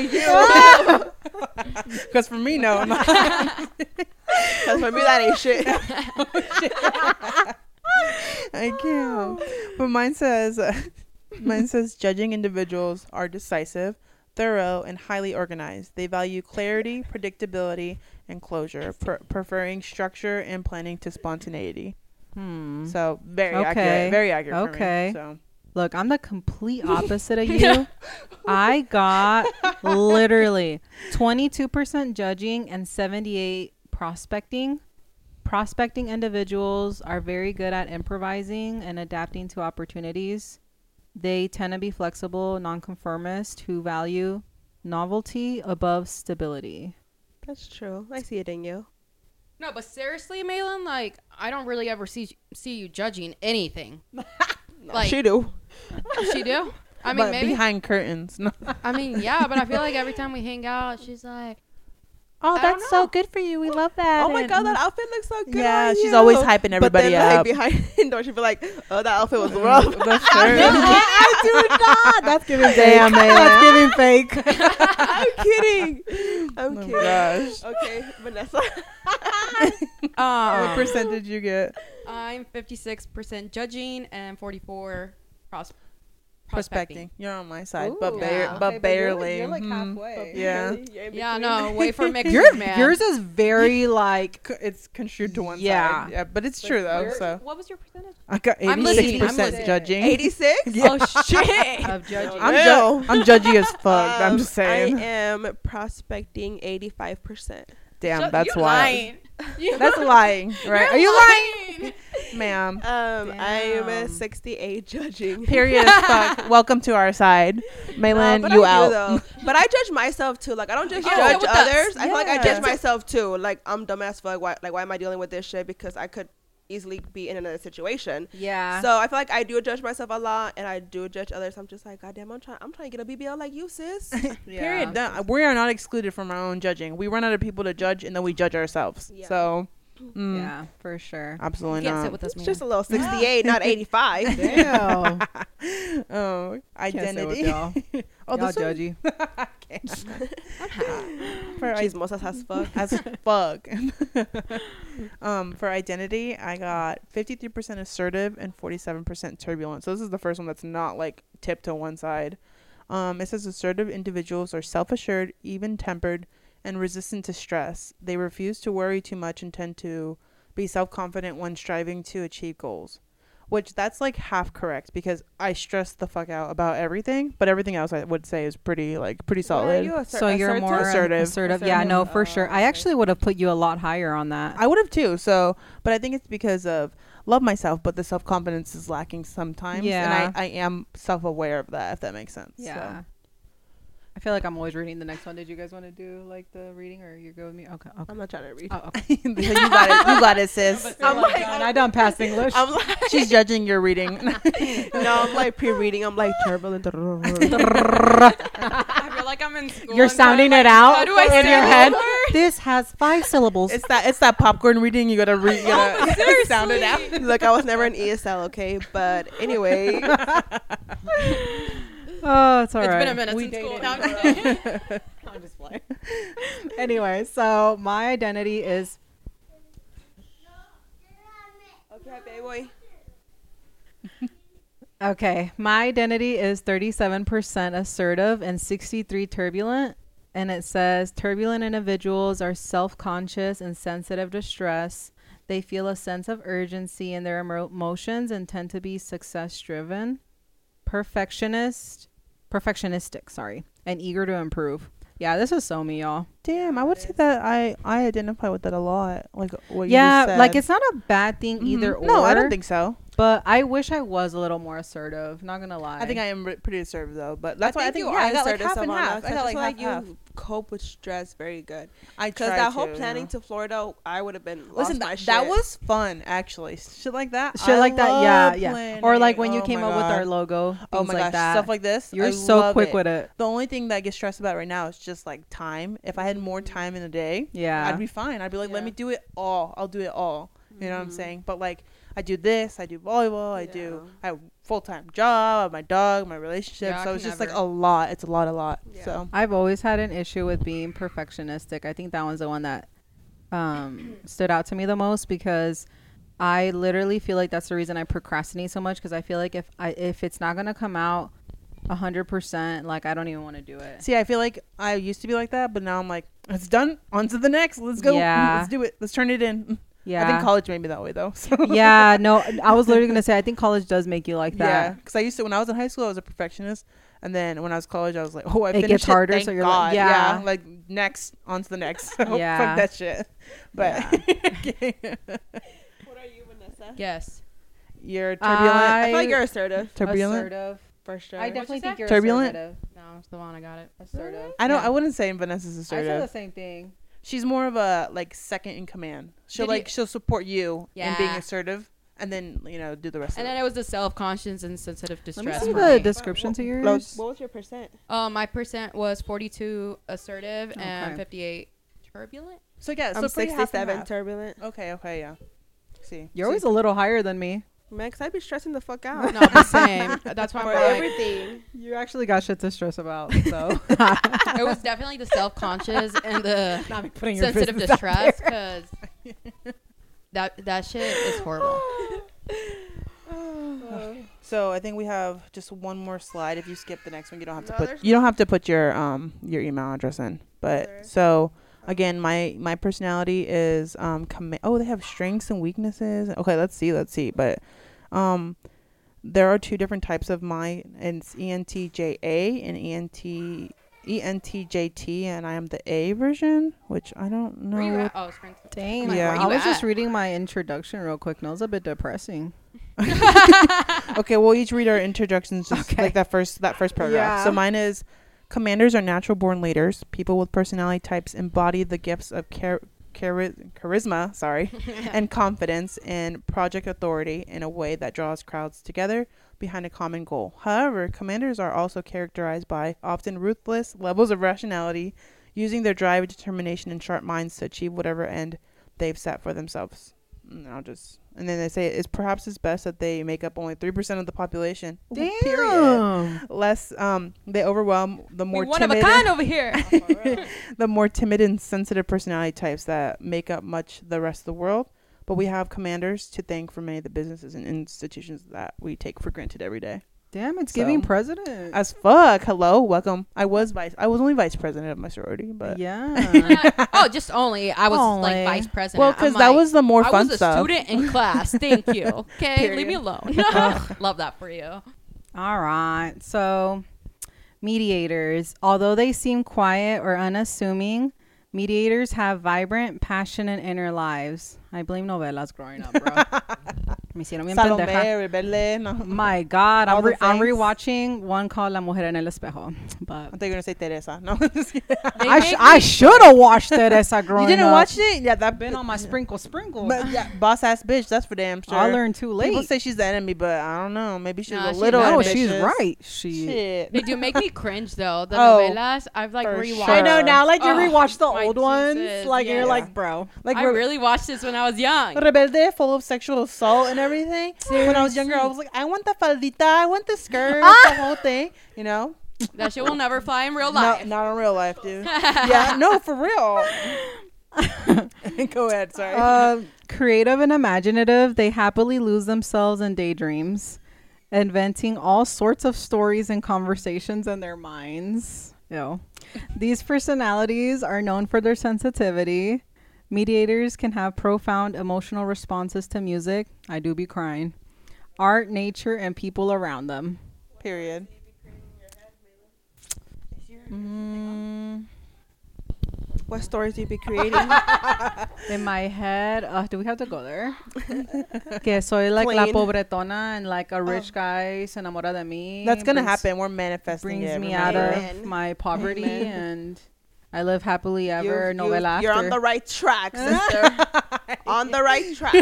A: *laughs* you. Because for me, *laughs* no. I'm not-
D: Because for me, that ain't shit.
A: *laughs* I can't. But mine says, *laughs* mine says, judging individuals are decisive, thorough, and highly organized. They value clarity, predictability, and closure, pre- preferring structure and planning to spontaneity.
B: hmm.
A: So very
B: Okay.
A: accurate. Very accurate. for me.
B: Okay.
A: So
B: Look, I'm the complete opposite of you. I got literally 22% judging and 78 prospecting. Prospecting individuals are very good at improvising and adapting to opportunities. They tend to be flexible, nonconformist who value novelty above stability.
D: That's true. I see it in you.
C: No, but seriously, Malin, like I don't really ever see see you judging anything.
A: *laughs*
C: *laughs* like
D: she
C: she,
D: do.
C: do.
A: *laughs*
C: I mean,
A: but
C: maybe.
A: behind curtains. *laughs* No.
C: I mean, yeah, but I feel like every time we hang out, she's
A: *laughs*
C: like,
A: Oh,
C: I don't
A: that's so
C: know.
A: good for you. We love that.
D: Oh my
A: and-
D: god,
B: *laughs*
D: that outfit looks so good.
A: Yeah,
D: on
A: she's
D: you.
A: always hyping everybody
D: but then,
A: up. *laughs*
D: Like, behind *laughs* door, she'd be like, "Oh, that outfit was rough."
A: The *laughs* shirt.
B: I do not. That's giving
A: Damn,
B: That's
A: man.
B: giving
A: *laughs*
B: fake.
D: I'm kidding. I'm
A: Oh
D: kidding.
A: gosh.
D: Okay, Vanessa.
A: *laughs* What
C: um,
A: percentage you get?
C: I'm 56% judging and 44 pros-
A: Prospecting. You're on my side,
B: Ooh,
A: but, ba-
C: yeah.
A: but barely. Mhm.
D: *laughs*
A: Yeah.
C: Yeah, no, wait for mixed
B: Your,
C: man.
B: yours is very like
A: C- It's construed to one
B: Yeah.
A: side. Yeah, but it's true though.
C: Yours-
A: So
C: What was your percentage?
A: I got
C: I'm
A: eighty-six
C: listening, I'm
A: percent
C: listening.
A: judging.
D: Eighty-six.
A: Yeah.
B: *laughs*
C: Oh shit.
B: of judging.
A: I'm,
D: Well.
A: ju- I'm judgy as fuck. I'm
D: Um,
A: just saying.
D: I am prospecting eighty-five percent.
A: Damn,
C: Shut-
A: that's
C: you're
A: wild.
C: lying. You-
A: That's lying, right? Are you lying, ma'am?
D: Um, I am
B: Damn.
D: a sixty-eight judging.
A: *laughs* Period as fuck. Welcome to our side,
D: Uh,
A: Maylin.
D: but
A: you
D: I
A: out? *laughs*
D: do, though. but I judge myself too. Like I don't just
C: Oh,
D: judge
C: with us.
D: others. I feel like I
A: Yeah.
D: judge myself too. Like I'm dumb as fuck. Why, like why am I dealing with this shit? Because I could easily be in another situation.
B: Yeah.
D: So I feel like I do judge myself a lot, and I do judge others. I'm just like, goddamn, I'm trying. I'm trying to get a BBL like you, sis.
A: Period. Done. We are not excluded from our own judging. We run out of people to judge, and then we judge ourselves.
D: Yeah.
A: So, mm,
B: Yeah, for sure.
A: absolutely
C: You can't
A: not.
C: sit with us,
D: it's
C: man.
D: just
A: *laughs*
D: a little 68, not 85.
B: *laughs* Damn.
A: oh, identity.
B: y'all.
A: *laughs* oh,
B: y'all
A: this one
B: judgy.
A: for
D: *laughs* She's moses as fuck.
A: *laughs* as fuck. um, for identity, I got 53% assertive and 47% turbulent. So this is the first one that's not like tipped to one side. Um, it says assertive individuals are self assured, even tempered, and resistant to stress. They refuse to worry too much and tend to Be self confident when striving to achieve goals. Which that's like half correct because I stress the fuck out about everything, but everything else I would say is pretty like pretty
D: What are
A: solid.
D: you, asser-
B: so you're more
D: assertive?
A: Assertive.
B: assertive. assertive. Yeah, no,
D: Assertive.
B: for sure. I
D: Oh,
B: actually would have put you a lot higher on that.
A: I would have too. So, but I think it's because of love myself, but the self confidence is lacking sometimes.
B: Yeah.
A: And I, I am self aware of that, if that makes sense. So,
B: Yeah.
A: *laughs*
B: I feel like I'm always reading the next one. Did you guys want to do like the reading or you go with me? Okay. Okay.
D: I'm not trying to read.
B: Oh, okay.
A: you got it. You got it,
C: *laughs*
A: sis.
B: I'm like, done. I done passed English.
A: I'm like, she's judging your
C: *laughs*
A: reading.
D: *laughs*
A: *laughs*
D: no, I'm like pre-reading. I'm like turbulent. *laughs*
C: I feel like I'm in school.
B: You're
C: and trying,
B: sounding
C: like,
B: it out
C: How do I
B: in
C: say
B: your
C: this
B: head.
C: word?
B: This has five syllables.
A: it's that. It's that popcorn reading. You gotta read. You gotta sound it out.
D: Look, I was never in ESL, okay? But anyway,
A: *laughs*
B: oh, it's all
C: It's
B: right.
C: been a minute
B: We
C: since school.
B: dated.
A: *laughs*
C: Now I'm *laughs* just-
B: I'm just playing. anyway, so my identity is
D: *laughs* okay, baby.
B: okay. My identity is 37% assertive and 63 turbulent. And it says turbulent individuals are self-conscious and sensitive to stress. They feel a sense of urgency in their emo- emotions and tend to be success-driven, perfectionist, perfectionistic, sorry, and eager to improve. Yeah, this is so me, y'all.
A: Damn, I would say that I I identify with that a lot. Like what you
B: yeah,
A: said. Mm-hmm.
B: like it's not a bad thing either. Or,
A: No, I don't think so.
B: But I wish I was a little more assertive. Not gonna lie.
A: I think I am re- pretty assertive though, but that's why I think
D: you
A: yeah,
D: are
A: I got like
D: assertive,
A: half and
D: Savannah,
A: half.
D: 'cause
A: I got like
D: feel
A: half, half.
D: you cope with stress very good.
A: I
D: Because
A: try
D: that whole
A: to.
D: planning to Florida, I would have been lost
A: Listen,
D: my
A: that,
D: shit.
A: that was fun actually. Shit like that.
B: shit
A: I
B: like that.
A: love
B: Yeah, yeah. Or like
A: planning.
B: when you
A: Oh
B: came
A: my
B: up with our
A: God.
B: logo. Things
A: Oh my
B: like
A: gosh,
B: that.
A: stuff like this.
B: You're
A: I
B: so
A: love
B: quick
A: it.
B: with it.
A: The only thing that I get stressed about right now is just like time. If I had more time in the day,
B: Yeah.
A: I'd be fine. I'd be like, let
D: Yeah.
A: me do it all. I'll do it all. You know what I'm saying? But like, I do this. I do volleyball. I do. I have full time job. I have my dog. My relationship.
C: Yeah, I
A: so
C: could
A: it's just like
C: never.
A: a lot. It's a lot. A lot.
D: Yeah.
A: So
B: I've always had an issue with being perfectionistic. I think that one's the one that um, stood out to me the most because I literally feel like that's the reason I procrastinate so much because I feel like if I if it's not gonna come out hundred percent, like I don't even want to do it.
A: See, I feel like I used to be like that, but now I'm like, it's done. On to the next. Let's go.
B: Yeah.
A: Let's do it. Let's turn it in.
B: Yeah.
A: I think college made me that way though. *laughs* So.
B: *laughs* yeah, no, I was literally gonna say I think college does make you like
A: Yeah.
B: that.
A: Because I used to when I was in high school, I was a perfectionist, and then when I was college, I was like, oh, I
B: It
A: finished
B: gets harder,
A: Thank
B: so you're
A: God.
B: like, yeah.
A: Like next, on to the next. *laughs* So,
B: Yeah.
A: Fuck that shit. But
D: What are you, Vanessa?
C: yes.
A: *laughs* you're turbulent.
D: I feel
B: I-
D: like you're assertive
A: turbulent.
B: Assertive.
D: for sure.
B: I
C: you
B: definitely
C: say?
B: think you're
A: Turbulent?
B: assertive.
C: No, it's the one I got it.
B: Assertive.
A: I don't.
B: Yeah.
A: I wouldn't say Vanessa's assertive.
B: I said the same thing.
A: She's more of a like second in command. She'll
C: Did
A: like
C: you-
A: she'll support you in being
C: Yeah.
A: assertive, and then you know do the rest.
C: And
A: of
C: then it was the self-conscious and sensitive
B: Let me
C: distress.
B: see
C: for
B: the
C: me.
B: description to
D: Lo-
B: yours.
D: what was your percent?
C: Uh, my percent was 42 assertive and
B: Okay.
C: 58 turbulent.
A: it. So yeah, so
D: I'm
A: pretty half and
D: 67
A: half.
D: turbulent.
A: Okay, okay, yeah. See.
B: You're
A: See?
B: always a little higher than me.
D: Man, because I'd be stressing the fuck out
B: Oh.
C: No,
B: *laughs*
C: the same. That's why
D: for
C: I'm like,
D: everything.
B: You actually got shit to stress about, *laughs* so
C: it was definitely the self-conscious and the
B: *laughs* not me putting your
C: sensitive
B: business out
C: distress because that that shit is horrible.
A: So I think we have just one more slide. If you skip the next one, you don't have
D: No,
A: to put
D: there's-
A: you don't have to put your um your email address in. But
D: Sure.
A: so again, my my personality is um com- oh they have strengths and weaknesses. Okay, let's see, let's see. But um there are two different types of my and it's E ENTJA and E ENT ENTJT and I am the A version, which I don't know.
C: Where you
A: what-
C: at? Oh, strength.
B: Dang,
A: Like, Yeah. where
B: I
C: you
B: was just
C: at?
B: reading my introduction real quick, and it was a bit depressing.
A: *laughs* Okay, we'll each read our introductions, just
B: Okay.
A: like that first that first paragraph.
B: Yeah.
A: So mine is: Commanders are natural born leaders. People with personality types embody the gifts of char- chari- charisma, sorry,
B: *laughs*
A: and confidence and project authority in a way that draws crowds together behind a common goal. However, commanders are also characterized by often ruthless levels of rationality, using their drive, determination, and sharp minds to achieve whatever end they've set for themselves. And I'll just and then they say it's perhaps it's best that they make up only three percent of the population. Ooh, Period. Less um they overwhelm the more
C: We're one
A: timid
C: of
A: *laughs*
C: a kind over *laughs* here.
A: the more timid and sensitive personality types that make up much the rest of the world. But we have commanders to thank for many of the businesses and institutions that we take for granted every day.
B: Damn, it's
A: So-
B: giving president.
A: As fuck. Hello, welcome. I was vice. I was only vice president of my sorority, but
B: yeah.
C: oh, just only I was
B: Only.
C: like vice president.
A: well,
C: I'm
A: because that
C: like,
A: was the more
C: I
A: fun
C: was a
A: stuff.
C: student in class. Thank
B: *laughs*
C: you. Okay, leave me
A: Period.
C: alone. *laughs* Love that for you.
B: *laughs* All right. So, mediators, although they seem quiet or unassuming, mediators have vibrant, passionate inner lives. I blame novelas growing up, *laughs* bro. Me hicieron bien
A: Salome,
B: pendeja.
A: Rebelde, no.
B: My God,
A: All
B: I'm,
A: the
B: re- I'm
A: things.
B: rewatching one called La Mujer en el Espejo,
A: I
B: but
A: thought you were gonna say Teresa. No, *laughs* just kidding.
C: They
B: I,
C: make
B: sh-
C: me-
B: I should have watched *laughs* Teresa growing
A: you
B: up.
A: didn't watch it? Yeah, that
B: Been
A: *laughs*
B: on my sprinkle sprinkle.
A: But yeah, boss ass bitch. That's for damn sure.
B: I learned too
A: People
B: late.
A: say she's the enemy, but I don't know. Maybe she's a
C: Nah, she's
A: little.
C: not.
B: no,
A: ambitious.
B: she's right. She.
A: Shit.
C: They do make me cringe though. The
A: Oh,
C: novelas I've like
A: for
C: rewatched.
A: sure.
B: I know now, like you
C: Ugh,
B: rewatch the
C: my
B: old ones,
C: Jesus,
B: like you're
C: yeah.
B: like, bro,
A: Like
C: I
A: Re-
C: really watched this when I was young.
B: *laughs*
A: Rebelde, full of sexual assault and everything. When I was younger, I was like, I want the faldita, I want the skirt, the whole thing. You know,
C: That shit will never fly in real
A: not
C: life. *laughs*
A: not in real life, dude. *laughs* yeah, no, for real. *laughs*
B: *laughs*
A: Go ahead. Sorry.
B: uh, creative and imaginative, they happily lose themselves in daydreams, inventing all sorts of stories and conversations in their minds. Ew. These personalities are known for their sensitivity. Mediators can have profound emotional responses to music. I do be crying. Art, nature, and people around them.
A: Period.
B: Mm,
D: *laughs* What stories do you be creating?
B: in my head, uh, do we have to go there? *laughs* que soy like la
A: Clean.
B: pobretona and like a rich guy se enamora de mí.
A: That's gonna
B: brings-
A: happen. We're manifesting
B: Brings
A: it.
B: me out
A: remember.
B: of
D: Amen.
B: my poverty
A: Amen.
B: and I live happily
D: You-
B: ever.
D: you-
B: novela
D: You're on
B: after.
D: the *laughs* right track, sister. on the right track.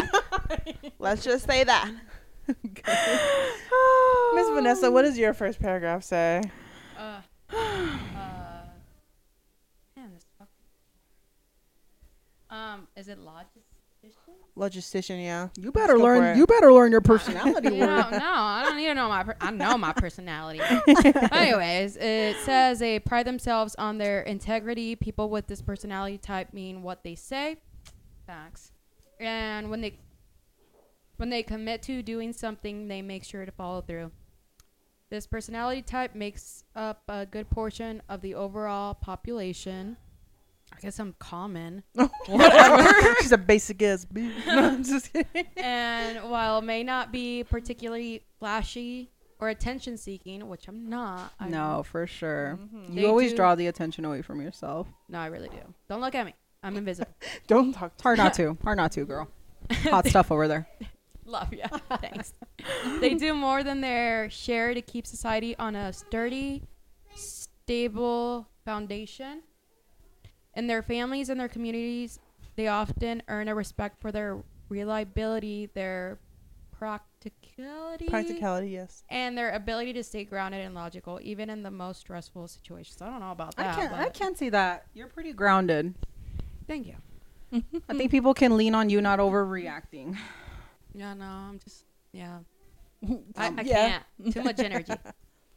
D: Let's just say that.
A: Miss Vanessa, what does your first paragraph say?
C: Uh, *gasps* uh, man, this fucking- um, is it logician?
A: Logistician, yeah.
B: you better
A: Let's go for
B: learn.
A: it.
B: You better learn your personality.
C: You
B: word.
C: know, no, I don't even know my. Per- I know my personality. Anyways, it says they pride themselves on their integrity. People with this personality type mean what they say. Facts. And when they when they commit to doing something, they make sure to follow through. This personality type makes up a good portion of the overall population. I guess I'm common.
A: Whatever. She's a basic ass
B: *laughs*
A: bitch. No, I'm just kidding.
C: and while may not be particularly flashy or attention seeking, which I'm not, I
B: no, for sure. You
C: They
B: always
C: do-
B: draw the attention away from yourself.
C: no, I really do. Don't look at me. I'm invisible.
A: Don't talk to
B: Hard not to. Hard not to, girl. Hot stuff over there.
C: *laughs* Love you. *laughs* Thanks. they do more than their share to keep society on a sturdy, stable foundation. In their families and their communities, they often earn a respect for their reliability, their practicality,
A: Practicality, yes.
C: and their ability to stay grounded and logical, even in the most stressful situations. I don't know about that.
B: I can't. I
C: but
B: can't see that. You're pretty grounded.
C: Thank you.
B: I think people can lean on you not overreacting.
C: Yeah, no, I'm just yeah. I, I
A: Yeah.
C: can't. Too much *laughs* energy.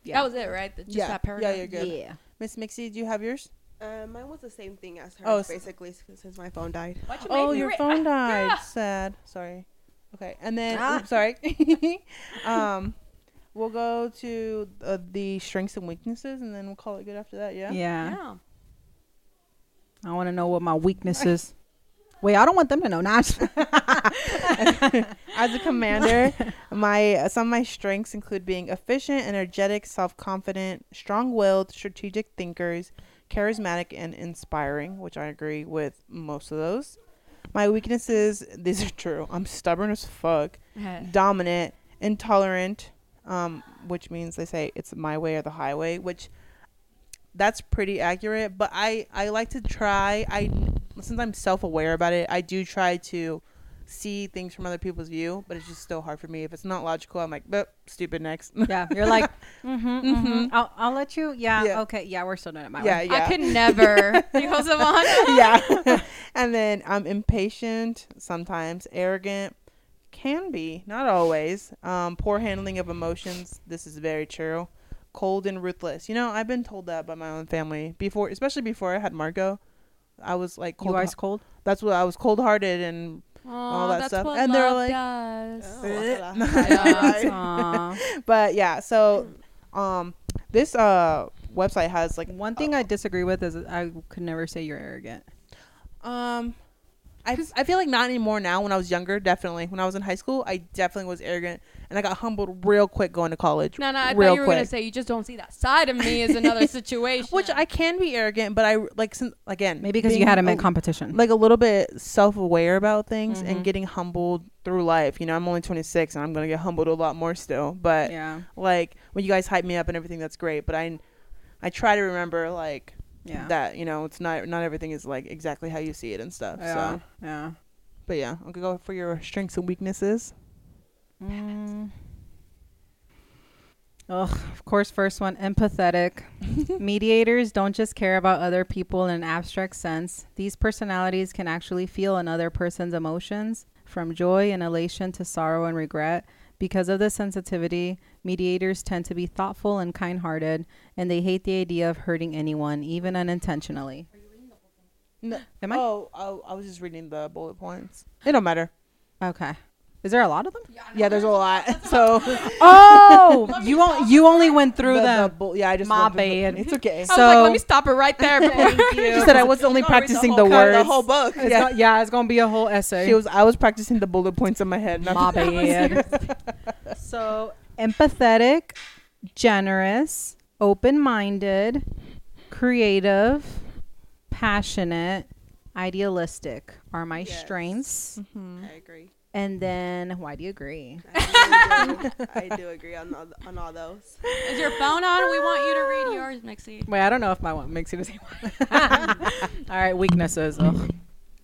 B: Yeah.
C: That was it, right? Just
A: Yeah.
C: that
A: Yeah,
C: paragraph.
A: you're good. *laughs* Miss Mixie, do you have yours?
D: Uh, mine was the same thing as hers,
A: Oh, s-
D: basically, s- since my phone died.
C: Why'd you
A: Oh,
C: make me
A: your
C: re-
A: phone died.
C: *laughs* Yeah.
A: Sad. Sorry. Okay, and then
B: Ah.
A: oops, sorry. *laughs* um, we'll go to uh, the strengths and weaknesses, and then we'll call it good after that. Yeah.
B: yeah.
C: Yeah.
B: I want to know what my weakness is. Wait, I don't want them to know. Nah, I'm just-
A: As a commander, my uh, some of my strengths include being efficient, energetic, self-confident, strong-willed, strategic thinkers, charismatic, and inspiring, which I agree with most of those. My weaknesses, these are true. I'm stubborn as fuck, dominant, intolerant, um, which means they say it's my way or the highway, which that's pretty accurate. But I, I like to try. I since I'm self-aware about it, I do try to see things from other people's view, but it's just still hard for me. If it's not logical, I'm like, "Bup, stupid next. *laughs*
B: yeah, you're like, *laughs* mm-hmm, mm-hmm. I'll, I'll let you. Yeah,
A: Yeah.
B: okay. Yeah, we're still doing it my
A: yeah,
B: way.
A: yeah.
C: I *laughs* could never. Because of one.
B: *laughs*
A: yeah. *laughs* and then I'm impatient, sometimes arrogant, can be, not always. Um, poor handling of emotions. This is very true. Cold and ruthless. You know, I've been told that by my own family before, especially before I had Margot. I was like
B: You
A: cold. *laughs*
B: ice cold?
A: That's what I was cold hearted and
C: *laughs* all
A: that
C: Oh, that's
A: stuff.
C: What
A: And they're
C: love
A: like,
D: Oh. *laughs*
C: does.
A: Right.
C: Aw.
A: But yeah, so um, this uh website has like
B: *laughs* One thing I disagree with is I could never say you're arrogant.
A: Um, I I feel like not anymore now. When I was younger, definitely. When I was in high school, I definitely was arrogant, and I got humbled real quick going to college.
C: No, no, I
A: real
C: thought you were gonna say you just don't see that side of me is *laughs* another situation.
A: which I can be arrogant, but I like since again
B: Maybe because you
A: being
B: had him in
A: a-
B: competition.
A: like a little bit self aware about things
B: Mhm.
A: and getting humbled through life. You know, I'm only 26 and I'm gonna get humbled a lot more still. But
B: yeah,
A: like when you guys hype me up and everything, that's great. But I I try to remember like
B: yeah,
A: that. You know, it's not not everything is like exactly how you see it and stuff.
B: yeah,
A: So,
B: yeah.
A: but yeah, I'll go for your strengths and weaknesses.
B: Mm. Ugh, of course, first
A: *laughs*
B: one empathetic. Mediators don't just care about other people in an abstract sense. These personalities can actually feel another person's emotions, from joy and elation to sorrow and regret. Because of this sensitivity, mediators tend to be thoughtful and kind hearted, and they hate the idea of hurting anyone, even unintentionally. Am I?
A: Oh, oh, I was just reading the bullet points. It don't matter.
B: Okay. Is there a lot of them?
A: Yeah, *laughs* there's a lot. *laughs* So
B: Oh, you, on, you only went through
A: the- the
B: them.
A: bull- yeah, I just
B: My
A: went through the- *laughs*
B: bad.
A: It's okay.
C: I was like,
B: So-
C: let me stop it right there. *laughs* Before
A: She said I was only practicing the, words.
D: The whole book.
B: It's
A: Yeah.
B: go- yeah, it's gonna be a whole essay.
A: She was. I was practicing the bullet points in my head. not-
B: My bad. *laughs* so empathetic, generous, open-minded, creative, passionate, idealistic are my
D: Yes.
B: strengths.
D: I *laughs* agree.
B: And then, why do you agree?
D: I do agree. I do agree on all, on all those.
C: is your phone on? We want you to read yours,
B: *laughs*
C: Mixie.
B: Wait, I don't know if my one makes you the same one. *laughs* All right, weaknesses. Ugh.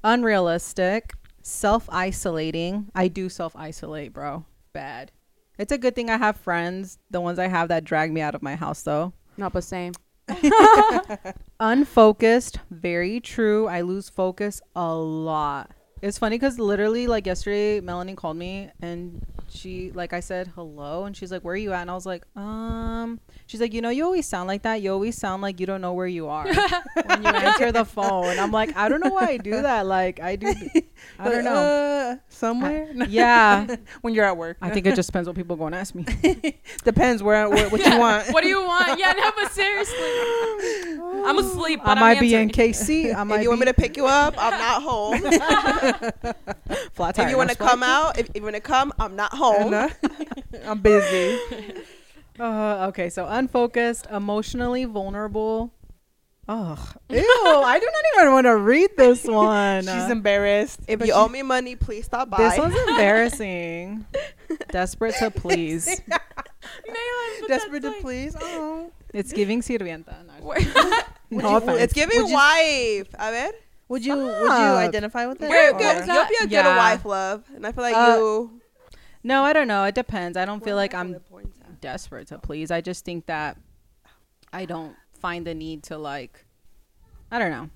B: Unrealistic, self isolating. I do self isolate, bro. Bad. It's a good thing I have friends, the ones I have that drag me out of my house, though.
C: Not the same.
B: Unfocused, very true. I lose focus a lot. It's funny because literally, like yesterday, Melanie called me and she, like, I said hello, and she's like, "Where are you at?" And I was like, "Um." She's like, "You know, you always sound like that. You always sound like you don't know where you
D: *laughs*
B: are when you answer the phone." And I'm like, "I don't know why I do that. Like, I do. I don't
D: *laughs*
B: know.
A: Uh, somewhere.
B: Yeah,
A: when you're at work,
B: I think it just depends what people go and ask me.
A: depends where, where what you want. *laughs*
C: *laughs* What do you want? Yeah, no, but seriously, I'm asleep.
B: I
C: But
B: might
C: I'm
B: be in
C: answering.
B: KC. I might
D: If you want
B: be
D: me to pick you up, I'm *laughs* not home.
B: flat
D: if you want to come out, if, if you want to come, I'm not home.
A: Uh, I'm busy.
B: Uh, okay, so unfocused, emotionally vulnerable. Ugh. Ew, I do not even want to read this one. Uh,
A: She's embarrassed.
D: If
A: But
D: you
A: she-
D: owe me money, please stop by.
B: this one's embarrassing. Desperate to please.
C: Malin, but
A: desperate to
C: that's like-
A: please. Oh.
B: It's giving sirvienta. *laughs* No, no
A: you-
B: offense.
D: It's giving
A: Would you-
D: wife. I mean,
A: Would you would you
B: Stop.
A: identify with that?
D: you're
C: Or-
D: good. You'll be a good
B: Yeah.
D: wife, love. And I feel like
B: Uh,
D: you.
B: no, I don't know. It depends. I don't feel
D: Where
B: like
D: my
B: I'm
D: bullet points at?
B: desperate to please. I just think that I don't find the need to like. I don't know.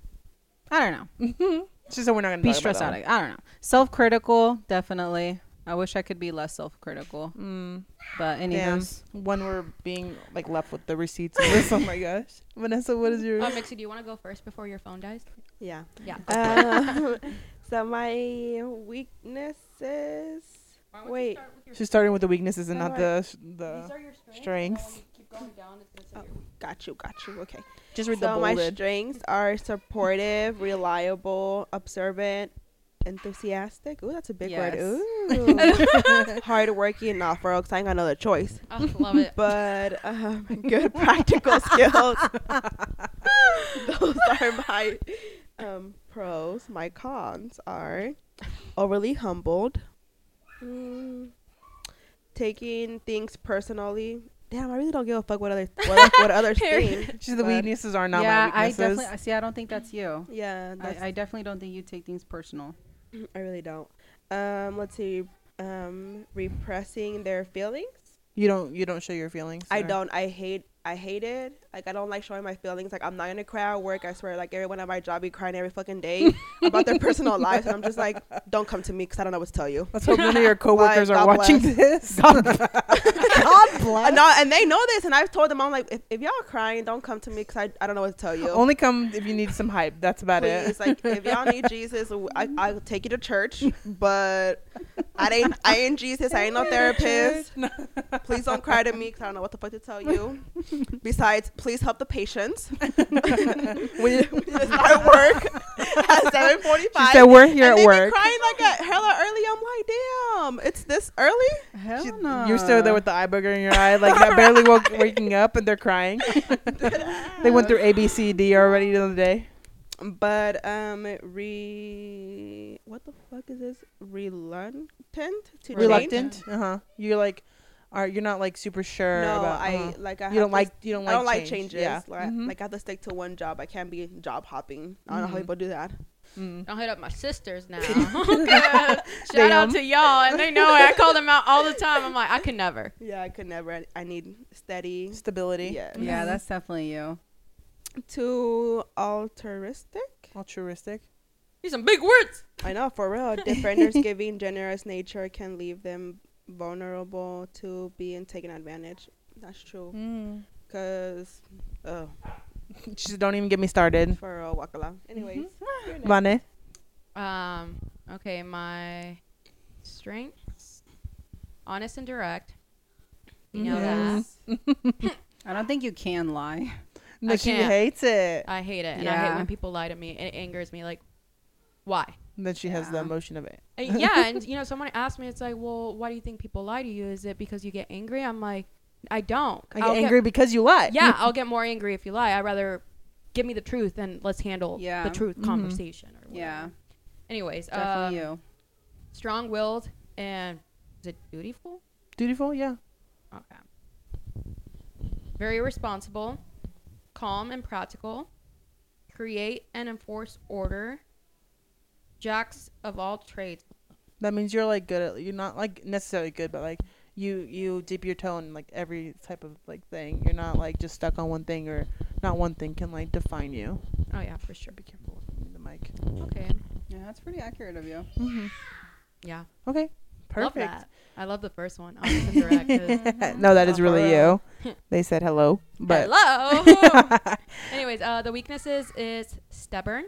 B: I don't know.
A: She said we're not gonna
B: be
A: talk about
B: stressed
A: that
B: out.
A: one.
B: I don't know. Self critical, definitely. I wish I could be less self critical.
A: Mm,
B: But
A: damn.
B: anyways,
A: When we're being like left with the receipts of this. oh my gosh. Vanessa, what is yours?
D: Um,
C: Oh, Mixie, do you want to go first before your phone dies?
D: Yeah.
C: Yeah.
A: Uh,
D: Um, *laughs* so my weaknesses. Wait.
A: She's starting with the weaknesses and not
D: Alright.
A: the the
C: Oh,
A: strengths.
D: Got you. Got you. Okay.
A: Just
D: so my strengths are supportive, reliable, observant, enthusiastic. Ooh, that's a big
B: Yes. *laughs*
D: word. Ooh. Hardworking and not because I ain't got another choice.
A: Oh.
C: I Oh,
A: *laughs*
C: love it.
D: But um, *laughs* good practical
B: *laughs*
D: skills. Those are my um, pros. My cons are overly humbled, mm, taking things personally. Damn, I really don't give a fuck what other what,
B: *laughs*
D: what others think.
A: She's the
D: But-
A: weaknesses are not
B: yeah,
A: my
B: I
A: weaknesses.
B: definitely I see. I don't think that's you.
D: Yeah, that's,
B: I, I definitely don't think you take things personal.
D: I really don't. Um, let's see. Um, repressing their feelings.
A: you don't you don't show your feelings.
D: I
A: or-
D: don't. I hate. I hate it. Like I don't like showing my feelings. Like I'm not gonna cry at work. I swear. Like everyone at my job be crying every
B: *laughs*
D: fucking day about their personal lives, and I'm just like, don't come to me because I don't know what to tell you.
A: Let's hope none of
D: *laughs*
A: your coworkers
D: Like,
A: are
D: *laughs* God
A: watching
D: bless.
A: this.
B: *laughs* God bless.
D: And, no, and they know this, and I've told them I'm like, if, if y'all crying, don't come to me because I, I don't know what to tell
A: *laughs*
D: you.
B: Oh
A: Only come if you need some hype. That's about
D: Please,
A: it. *laughs*
D: like *laughs* if y'all need Jesus, w- I, I'll take you to church. But I ain't I ain't Jesus. I ain't
B: *laughs*
D: no therapist. Please don't cry to me because I don't know what the fuck to tell you. Besides, please help the patients. we need we need to start work *laughs* at seven
A: She
D: forty-five.
A: said we're here
D: and
A: at
D: they
A: work.
D: Be crying like at hella early. I'm like, damn, it's this early.
B: Hell
A: She-
B: no.
A: You're still there with the eye booger in your eye, like not barely woke, waking up, and they're
D: *laughs*
A: crying. they went through A, B, C, D already the other day.
D: But um, re what the fuck is this? Reluctant to change?
A: Reluctant. Uh huh. You're like, are you're not like super sure
D: No,
A: about.
D: I
A: uh-huh.
D: like I
A: you
D: have
A: don't
D: to
A: like you don't like
D: I don't like
A: change.
D: changes.
A: Yeah.
D: Like,
A: Mhm.
D: like I have to stick to one job. I can't be job hopping. I don't know how
A: Mhm.
D: people do that.
A: Mm.
C: I'll hit up my
A: *laughs*
C: sisters now. *laughs* Shout
A: Damn.
C: out to y'all, and they know it. I call them out all the time. I'm like, I could never.
D: Yeah, I could never. I- I need steady.
A: Stability.
D: Yes.
B: Yeah, that's definitely you.
D: Too altruistic.
A: Altruistic.
C: These some big words.
D: I know for real. Defenders giving generous nature can leave them vulnerable to being taken advantage. That's true.
A: Mm.
D: Cause, oh,
A: *laughs* She said, "Don't even get me started."
D: for real, wakala. Anyways, oh, you're
A: *laughs*
D: *laughs* next.
A: Vane.
C: Um. Okay, my strengths, honest and direct. You know that.
A: Yes.
B: I don't think you can lie.
A: No,
C: I
A: she
C: can't.
A: hates it.
C: I hate it, and I
B: Yeah.
C: hate when people lie to me. It angers me. Like, why?
B: *laughs*
A: then she has the
B: Yeah.
A: emotion of it.
C: Uh, yeah, and you know, someone asked me, it's like, well, why do you think people lie to you? Is it because you get angry? I'm like, I don't.
A: I get
C: I'll
A: angry because you lie.
C: yeah, I'll get more angry if you lie. I'd rather give me the truth and let's handle
B: Yeah. Mm-hmm.
C: the truth
A: Mhm.
C: conversation. Or whatever.
B: Yeah,
C: Anyways,
B: definitely
C: um,
B: you.
C: strong-willed and is it dutiful?
A: Dutiful. Yeah.
C: Okay. Very responsible, calm and practical, create and enforce order. Jacks of all trades.
A: That means you're like good at. You're not like necessarily good, but like you you dip your toe in like every type of like thing. You're not like just stuck on one thing or not one thing can like define you.
C: Oh yeah, for sure.
A: Be careful with the mic.
C: Okay.
B: Yeah, that's pretty accurate of you.
C: Yeah.
A: Okay. Perfect.
C: Love that. I love the first one. Honest and direct.
A: *laughs*
C: 'cause-
A: no, that is
D: For
A: really
D: real.
A: you. They said hello, but
C: hello.
A: *laughs*
C: Anyways, uh, the weaknesses is stubborn.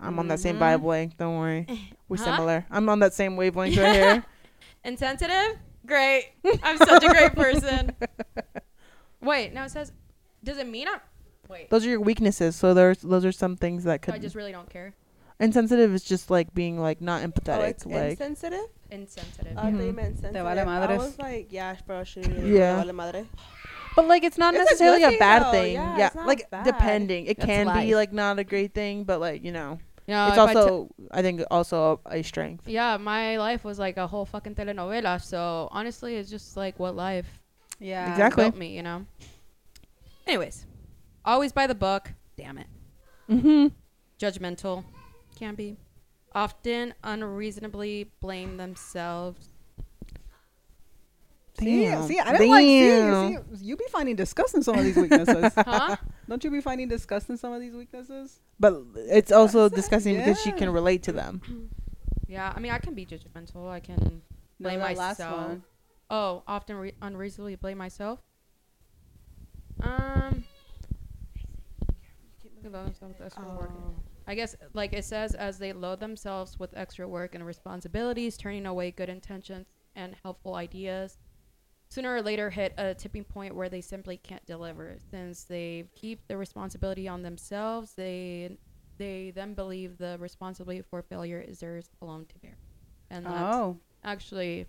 A: I'm on that same
B: Mhm.
A: wavelength. Don't worry, we're
C: Huh?
A: similar. I'm on that same wavelength right here.
C: Insensitive. Great. I'm such
A: *laughs*
C: a great person. Wait, no, it says. Does it mean I'm? Wait.
A: Those are your weaknesses. So there's those are some things that
C: So
A: could.
C: I just really don't care.
A: insensitive is just like being like not
D: Oh,
A: empathetic.
D: it's
A: like
D: insensitive.
C: Insensitive.
D: Oh, I thought you
A: Mhm.
D: meant sensitive.
B: vale
D: I
B: madres.
D: was like, yeah, bro, she really
A: Yeah.
D: vale madre.
A: But like it's not
D: It's a
A: necessarily
D: good
A: a,
D: thing,
A: bad
D: though.
A: thing.
D: Yeah,
A: Yeah,
D: it's not
A: like
D: bad.
A: depending, it
C: That's
A: can
C: life.
A: be like not a great thing, but like you know,
C: You know,
A: it's
C: if I t-
A: also I think also a strength.
C: yeah, my life was like a whole fucking telenovela. So honestly, it's just like what life
B: Yeah, *laughs*
A: Exactly.
C: built me. You know. Anyways, always by the book. Damn it.
A: Mm-hmm.
C: judgmental can be often unreasonably blame
A: *laughs*
C: themselves
B: See,
A: Damn.
B: see, I don't like see,
A: Damn.
B: see. You be finding discussing some of these weaknesses.
C: huh
B: don't you be finding discussing some of these weaknesses?
A: But it's also disgusting because she
B: Yeah.
A: can relate to them.
C: yeah i mean i can be judgmental i can blame
B: that
C: myself oh often re- unreasonably blame myself um I guess, like it says, as they load themselves with extra work and responsibilities, turning away good intentions and helpful ideas, sooner or later hit a tipping point where they simply can't deliver. Since they keep the responsibility on themselves, they they then believe the responsibility for failure is theirs alone to bear. And that's
B: Oh,
C: actually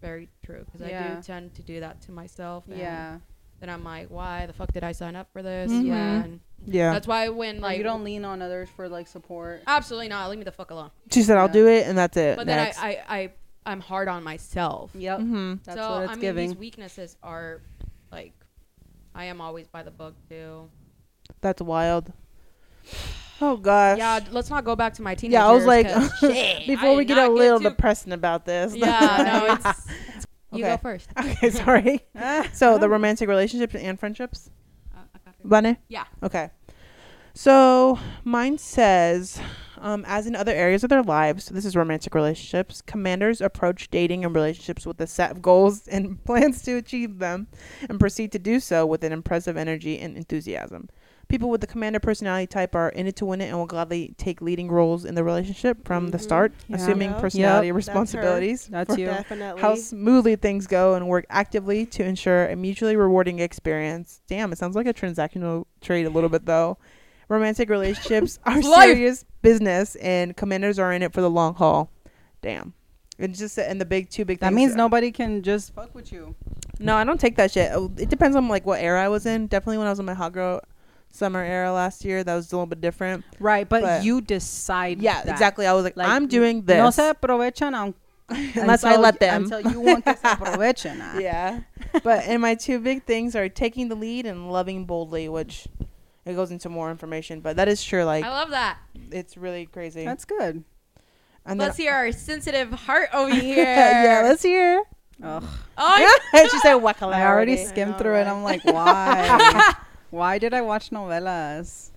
C: very true because I
B: Yeah.
C: do tend to do that to myself. and
B: yeah.
C: Then I'm like, why the fuck did I sign up for this?
A: Mhm.
B: Yeah.
C: When-
A: Yeah,
C: That's why when
B: Like
C: Mm-hmm. like
B: you don't lean on others for like support.
C: Absolutely not. Leave me the fuck alone.
A: she said I'll
B: yeah.
A: do it, and that's it.
C: But then
A: Next.
C: I, I, I, I'm hard on myself.
B: Yep,
A: mm-hmm.
B: that's
C: so
B: what it's
C: I mean,
B: giving.
C: these weaknesses are like, I am always by the book too.
A: That's wild. Oh gosh.
C: Yeah, d- let's not go back to my teenage.
A: Yeah, I was
C: years,
A: like, *laughs*
C: 'cause shit, I
A: before we
C: did
A: get
C: not
A: a little
C: too-
A: depressing about this.
C: yeah,
A: *laughs*
C: no, it's. You go
A: Okay.
C: first.
A: *laughs* okay, sorry.
B: Ah.
A: So the romantic relationships and friendships.
C: Uh, *laughs* I got
A: Bunny?
C: Yeah.
A: Okay. So mine says, um, as in other areas of their lives, this is romantic relationships, commanders approach dating and relationships with a set of goals and *laughs* plans to achieve them and proceed to do so with an impressive energy and enthusiasm. People with the commander personality type are in it to win it and will gladly take leading roles in the relationship from the
D: Mhm.
A: start,
B: Yeah.
A: assuming
D: Yep.
A: personality
B: Yep.
D: That's her.
A: responsibilities
B: That's you.
D: Definitely.
A: how smoothly things go and work actively to ensure a mutually rewarding experience. Damn, it sounds like a transactional trade a little bit though. Romantic
B: *laughs*
A: relationships are
C: It's life.
A: serious business and commanders are in it for the long haul. Damn. It's just and the big two big
B: That
A: things
B: means nobody can just fuck with you.
A: no, I don't take that shit. Oh, It depends on like what era I was in. Definitely when I was in my hot girl summer era last year, that was a little bit different.
B: Right, but,
A: But-
B: you decide.
A: Yeah,
B: that.
A: exactly. I was like,
B: Like,
A: I'm doing this.
B: No se aprovechan aun-
A: *laughs* Unless I
B: until-
A: let them.
B: Until you want que
A: *laughs*
B: se aprovechen. ah.
A: yeah. *laughs* But and my two big things are taking the lead and loving boldly, which it goes into more information. But that is sure like
C: I love that.
A: it's really crazy.
B: That's good.
A: and
C: Let's
A: then,
C: hear our sensitive heart over here.
A: *laughs* yeah, let's hear.
B: Ugh.
A: *laughs*
C: Oh,
A: and *laughs* she said wackalarity.
B: I already
D: I
B: skimmed
D: know,
B: through it.
D: right?
A: *laughs*
B: I'm like, why? why did I watch novelas?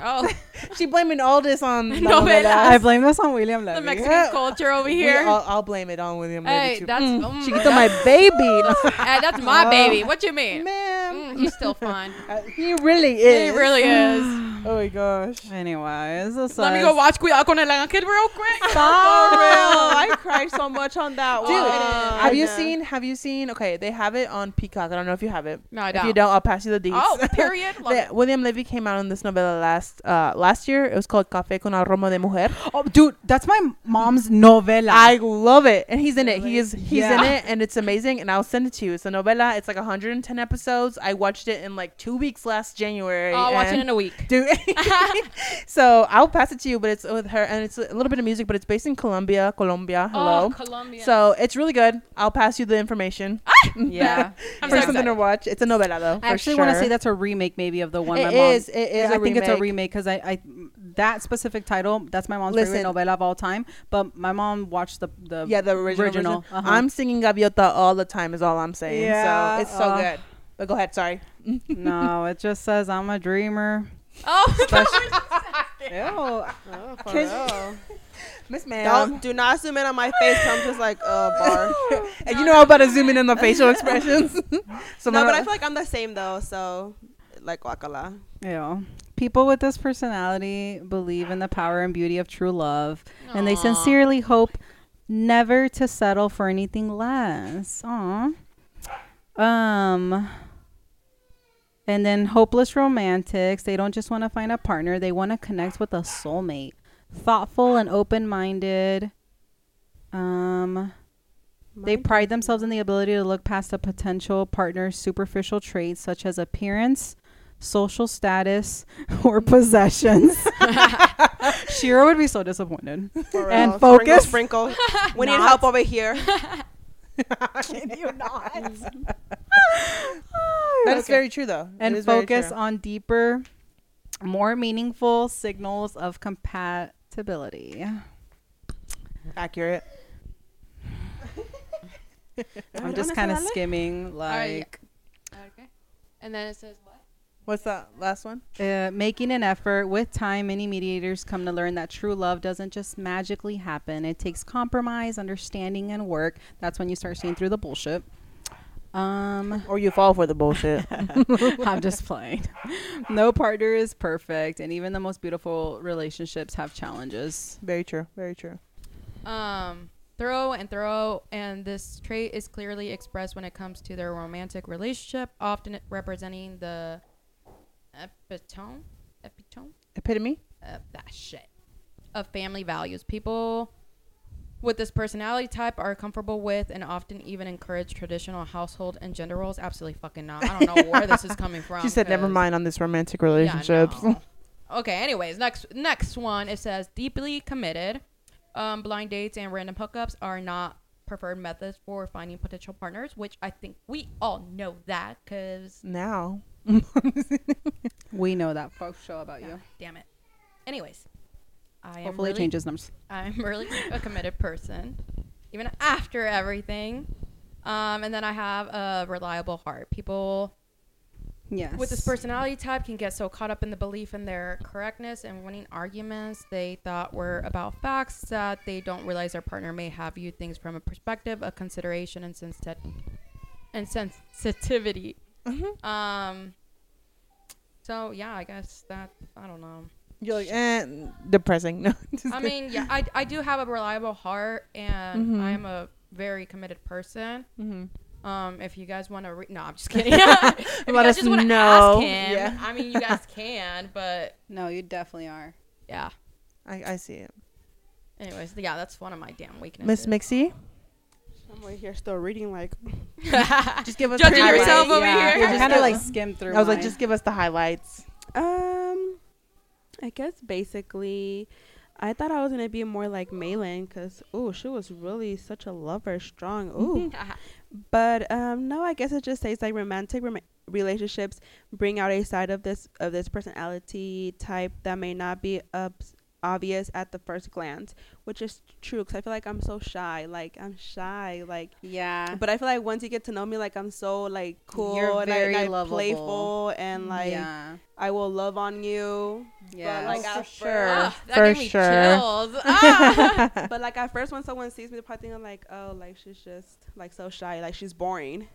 C: oh,
A: She blaming all this on the
C: *laughs* No,
A: novela.
C: but
B: I blame this on William Levy.
C: the Mexican
B: *laughs*
A: Yeah.
C: culture over
A: We
C: here.
A: all- I'll blame it on William
C: Hey,
A: Levy too.
C: that's-
A: Mm,
C: mm,
A: she killed my *laughs* baby.
C: *laughs* Hey, that's my
A: Oh.
C: baby. What you mean?
A: Man,
C: Mm, he's still fine.
A: Uh, *laughs* he really
C: *laughs* He
A: is.
C: really is.
A: Oh my gosh.
B: Anyways, this
C: Let me
B: is-
C: go watch Cuidado con el Ángel real *laughs* quick.
D: For real.
C: *laughs*
D: I cried so much on that
C: Dude,
D: one.
C: I
A: Have you
D: know.
A: seen? Have you seen? Okay, they have it on Peacock. I don't know if you have it.
C: No, I
A: If
C: don't.
A: you don't, I'll pass you the deets. *laughs*
C: Oh, period. Love
A: That
C: it.
A: William Levy came out on this novella last uh, last year. It was called Café con aroma de mujer.
B: Oh, dude, that's my mom's novela.
A: I love it, and he's in it. He is he's in
B: Yeah.
A: it, and it's amazing. And I'll send it to you. It's a novella. It's like 110 episodes. I watched it in like two weeks last January.
C: I'll watch
A: *laughs*
C: it
A: and-
C: in a week.
A: Dude,
C: *laughs*
A: *laughs* so I'll pass it to you, but it's with her, and it's a little bit of music, but it's based in Colombia, Colombia. Hello.
C: Oh, Colombia.
A: So it's really good. I'll pass you the information
B: yeah.
A: *laughs*
C: I'm
A: for
C: so
A: something to
C: excited.
A: watch. It's a novella though.
B: I actually want to say that's a remake, maybe, of the one my
A: It
B: mom.
A: is. It is.
B: I
A: a
B: think it's a
A: remake.
B: remake because I, I that specific title that's my mom's
A: Listen.
B: favorite novela of all time. But my mom watched the the
A: Yeah, the original.
B: Original,
A: version.
B: uh-huh.
A: I'm singing Gaviota all the time. Is all I'm saying.
B: Yeah,
A: so it's so
B: uh.
A: good. But go ahead. Sorry.
B: no, it just says I'm a dreamer.
C: Oh,
B: Ew.
D: Oh, for
B: Can-
D: real.
A: Miss Ma'am.
D: Don't do not zoom in on my face. 'cause I'm just like uh, bar.
A: And you know I'm about to zoom in on the *laughs* facial expressions. so
D: no,
A: my-
D: but
A: *laughs*
D: I feel like I'm the same though. So, like Wakala.
B: Ew. People with this personality believe in the power and beauty of true love, and they
C: Aw.
B: sincerely hope never to settle for anything less. Aw. Um. And then hopeless romantics, they don't just want to find a partner, they want to connect with a soulmate. Thoughtful and open minded. Um. They pride themselves in the ability to look past a potential partner's superficial traits such as appearance, social status, *laughs*
A: *laughs*
B: or possessions. Shira would be so disappointed.
D: For
B: And
D: real.
B: focus.
D: Sprinkle, sprinkle. we need
B: Not.
D: help over here.
A: Can you *laughs* not? That is very true though. It
B: and
A: is very
B: focus
A: true.
B: on deeper, more meaningful signals of compatibility.
A: accurate.
B: I'm just kind of skimming, like
C: okay. And then it says what?
A: What's that last one?
B: uh, making an effort. With time, many mediators come to learn that true love doesn't just magically happen. It takes compromise, understanding, and work. That's when you start seeing through the bullshit. Um,
A: Or you fall for the *laughs* bullshit.
B: *laughs* I'm just playing. No partner is perfect, and even the most beautiful relationships have challenges.
A: very true. Very true.
C: um, thorough and thorough, and this trait is clearly expressed when it comes to their romantic relationship, often representing the epitome, epitome,
A: Epitome.
C: uh, that shit of family values. People with this personality type are comfortable with and often even encourage traditional household and gender roles. Absolutely fucking not. I don't know where this is coming
A: *laughs*
C: from.
A: She said, "Never
C: 'cause-
A: mind on this romantic
C: yeah,
A: relationships."
B: *laughs*
C: no. Okay. Anyways, next next one it says deeply committed. Um, blind dates and random hookups are not preferred methods for finding potential partners, which I think we all know that because
A: *laughs* now.
B: We know that folk show about you.
C: damn it. Anyways, I am
B: Hopefully, it
C: really,
B: changes numbers.
C: I'm really *laughs* a committed person, even after everything. Um, and then I have a reliable heart. People
E: Yes.
C: with this personality type can get so caught up in the belief in their correctness and winning arguments they thought were about facts that they don't realize their partner may have viewed things from a perspective of consideration and, sensit- and sensitivity. Um, so yeah, I guess that I don't know.
A: You're like, eh, depressing. *laughs* No.
C: I mean, yeah, I, I do have a reliable heart and
A: Mhm.
C: I am a very committed person.
A: mm-hmm.
C: Um, if you guys want to, re- no, I'm just kidding. *laughs* if you
A: Let
C: guys
A: us
C: just want to
A: know.
C: ask him,
A: Yeah.
C: I mean, you guys *laughs* can, but
E: no, you definitely are.
C: yeah.
A: I, I see it.
C: Anyways, yeah, that's one of my damn weaknesses.
A: Miss
C: *laughs*
A: Mixie?
D: I'm right here still reading like
A: Just give us
C: Judging
A: the
E: Kinda
A: highlights.
C: yourself
E: like-
C: over
E: yeah,
C: here.
E: I
A: Just
E: kind
A: go-
E: of like skimmed through.
A: I was like,
E: mine.
A: just give us the highlights.
D: Um, I guess basically, I thought I was gonna be more like Maylin because ooh, she was really such a lover, *laughs* strong. Ooh, but um, no, I guess it just says like romantic rema relationships bring out a side of this of this personality type that may not be obs obvious at the first glance, which is true. Because I feel like I'm so shy, like I'm shy, like
A: Ah.
E: yeah.
D: but I feel like once you get to know me, like I'm so like cool,
E: You're
D: and,
E: very
D: like,
E: lovable.
D: playful,
A: Mm,
D: and like
E: yeah,
D: I will love on you.
E: yeah.
D: like,
A: for
D: at
A: sure.
C: Ah, that
A: for
C: gave me
A: sure.
C: chills. Ah. *laughs*
A: *laughs*
D: but like at first, when someone sees me, they're probably thinking like, oh, like she's just like so shy, like she's boring.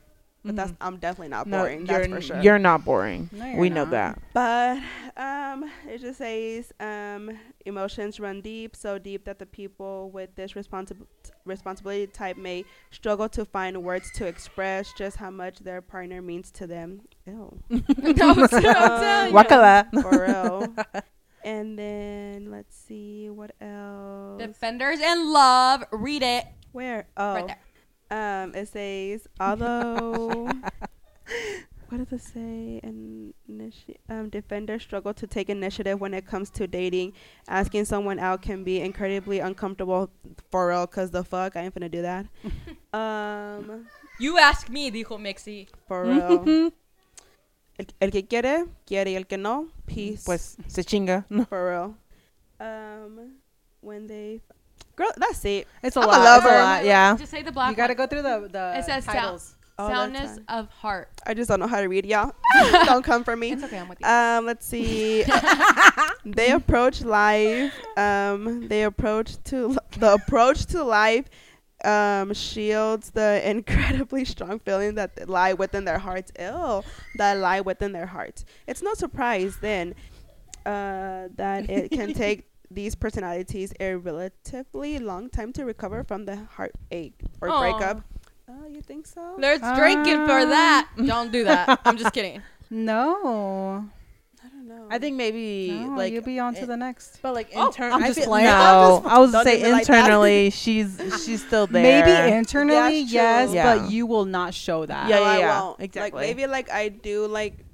D: But that's I'm definitely Mm-hmm. not
A: Mm-hmm. No,
D: boring.
A: you're,
D: that's for sure.
A: you're not boring.
E: No, you're
A: we know
E: not.
A: that.
D: But um, it just says um, emotions run deep, so deep that the people with this responsi- responsibility type may struggle to find words to express just how much their partner means to them. Ew.
A: *laughs*
C: No, *laughs* I'm telling you.
A: Wakala.
D: For real. and then let's see what else.
C: Defenders in love. Read it.
D: Where? Oh,
C: Right
D: um, it says
C: *laughs*
D: although. what does it say? Initi- um, defenders struggle to take initiative when it comes to dating. Asking someone out can be incredibly uncomfortable for real. Cause the fuck, I ain't finna do
C: *laughs*
D: that. um,
C: You ask me, dijo Mixie.
D: for
A: *laughs*
D: real. el, el que quiere quiere, y el que no peace.
A: Pues, se chinga.
D: For real. Um, when they, girl, that's it.
B: It's a
A: I'm a
B: lot.
A: lover.
B: It's a
A: lot, yeah.
C: Just say the black.
B: You gotta
C: one.
B: go through the the
C: It says sou-
B: titles.
D: Oh, that's
C: soundness
D: fine.
C: of heart.
D: I just don't know how to read, y'all. don't come for me.
C: It's okay. I'm with
D: *laughs*
C: you.
D: Um,
A: *laughs*
D: let's see. they approach life. Um, they approach to the approach to life. Um, shields the *laughs* incredibly strong feeling that lie within their hearts. Ill that lie within their hearts. It's no surprise then uh, that it
A: *laughs*
D: can take these personalities a relatively long time to recover from the heartache or
C: Aw.
D: breakup. Oh, you think so?
C: There's drinking for that.
A: Uh,
C: Don't do that. I'm just kidding.
E: No.
D: I don't know.
A: I think maybe,
E: no
A: like,
E: you'll be on to the next.
A: but like
C: Oh,
A: internally,
B: I'm just playing.
A: No, I was
D: Don't
A: say
D: even like that.
A: internally, she's she's still there.
B: Maybe internally,
D: That's
B: yes,
A: true. Yeah.
B: but you will not show that.
D: *laughs*
A: Yeah,
D: No,
A: yeah,
D: I
A: yeah.
D: won't.
A: Exactly.
D: Like maybe like I do like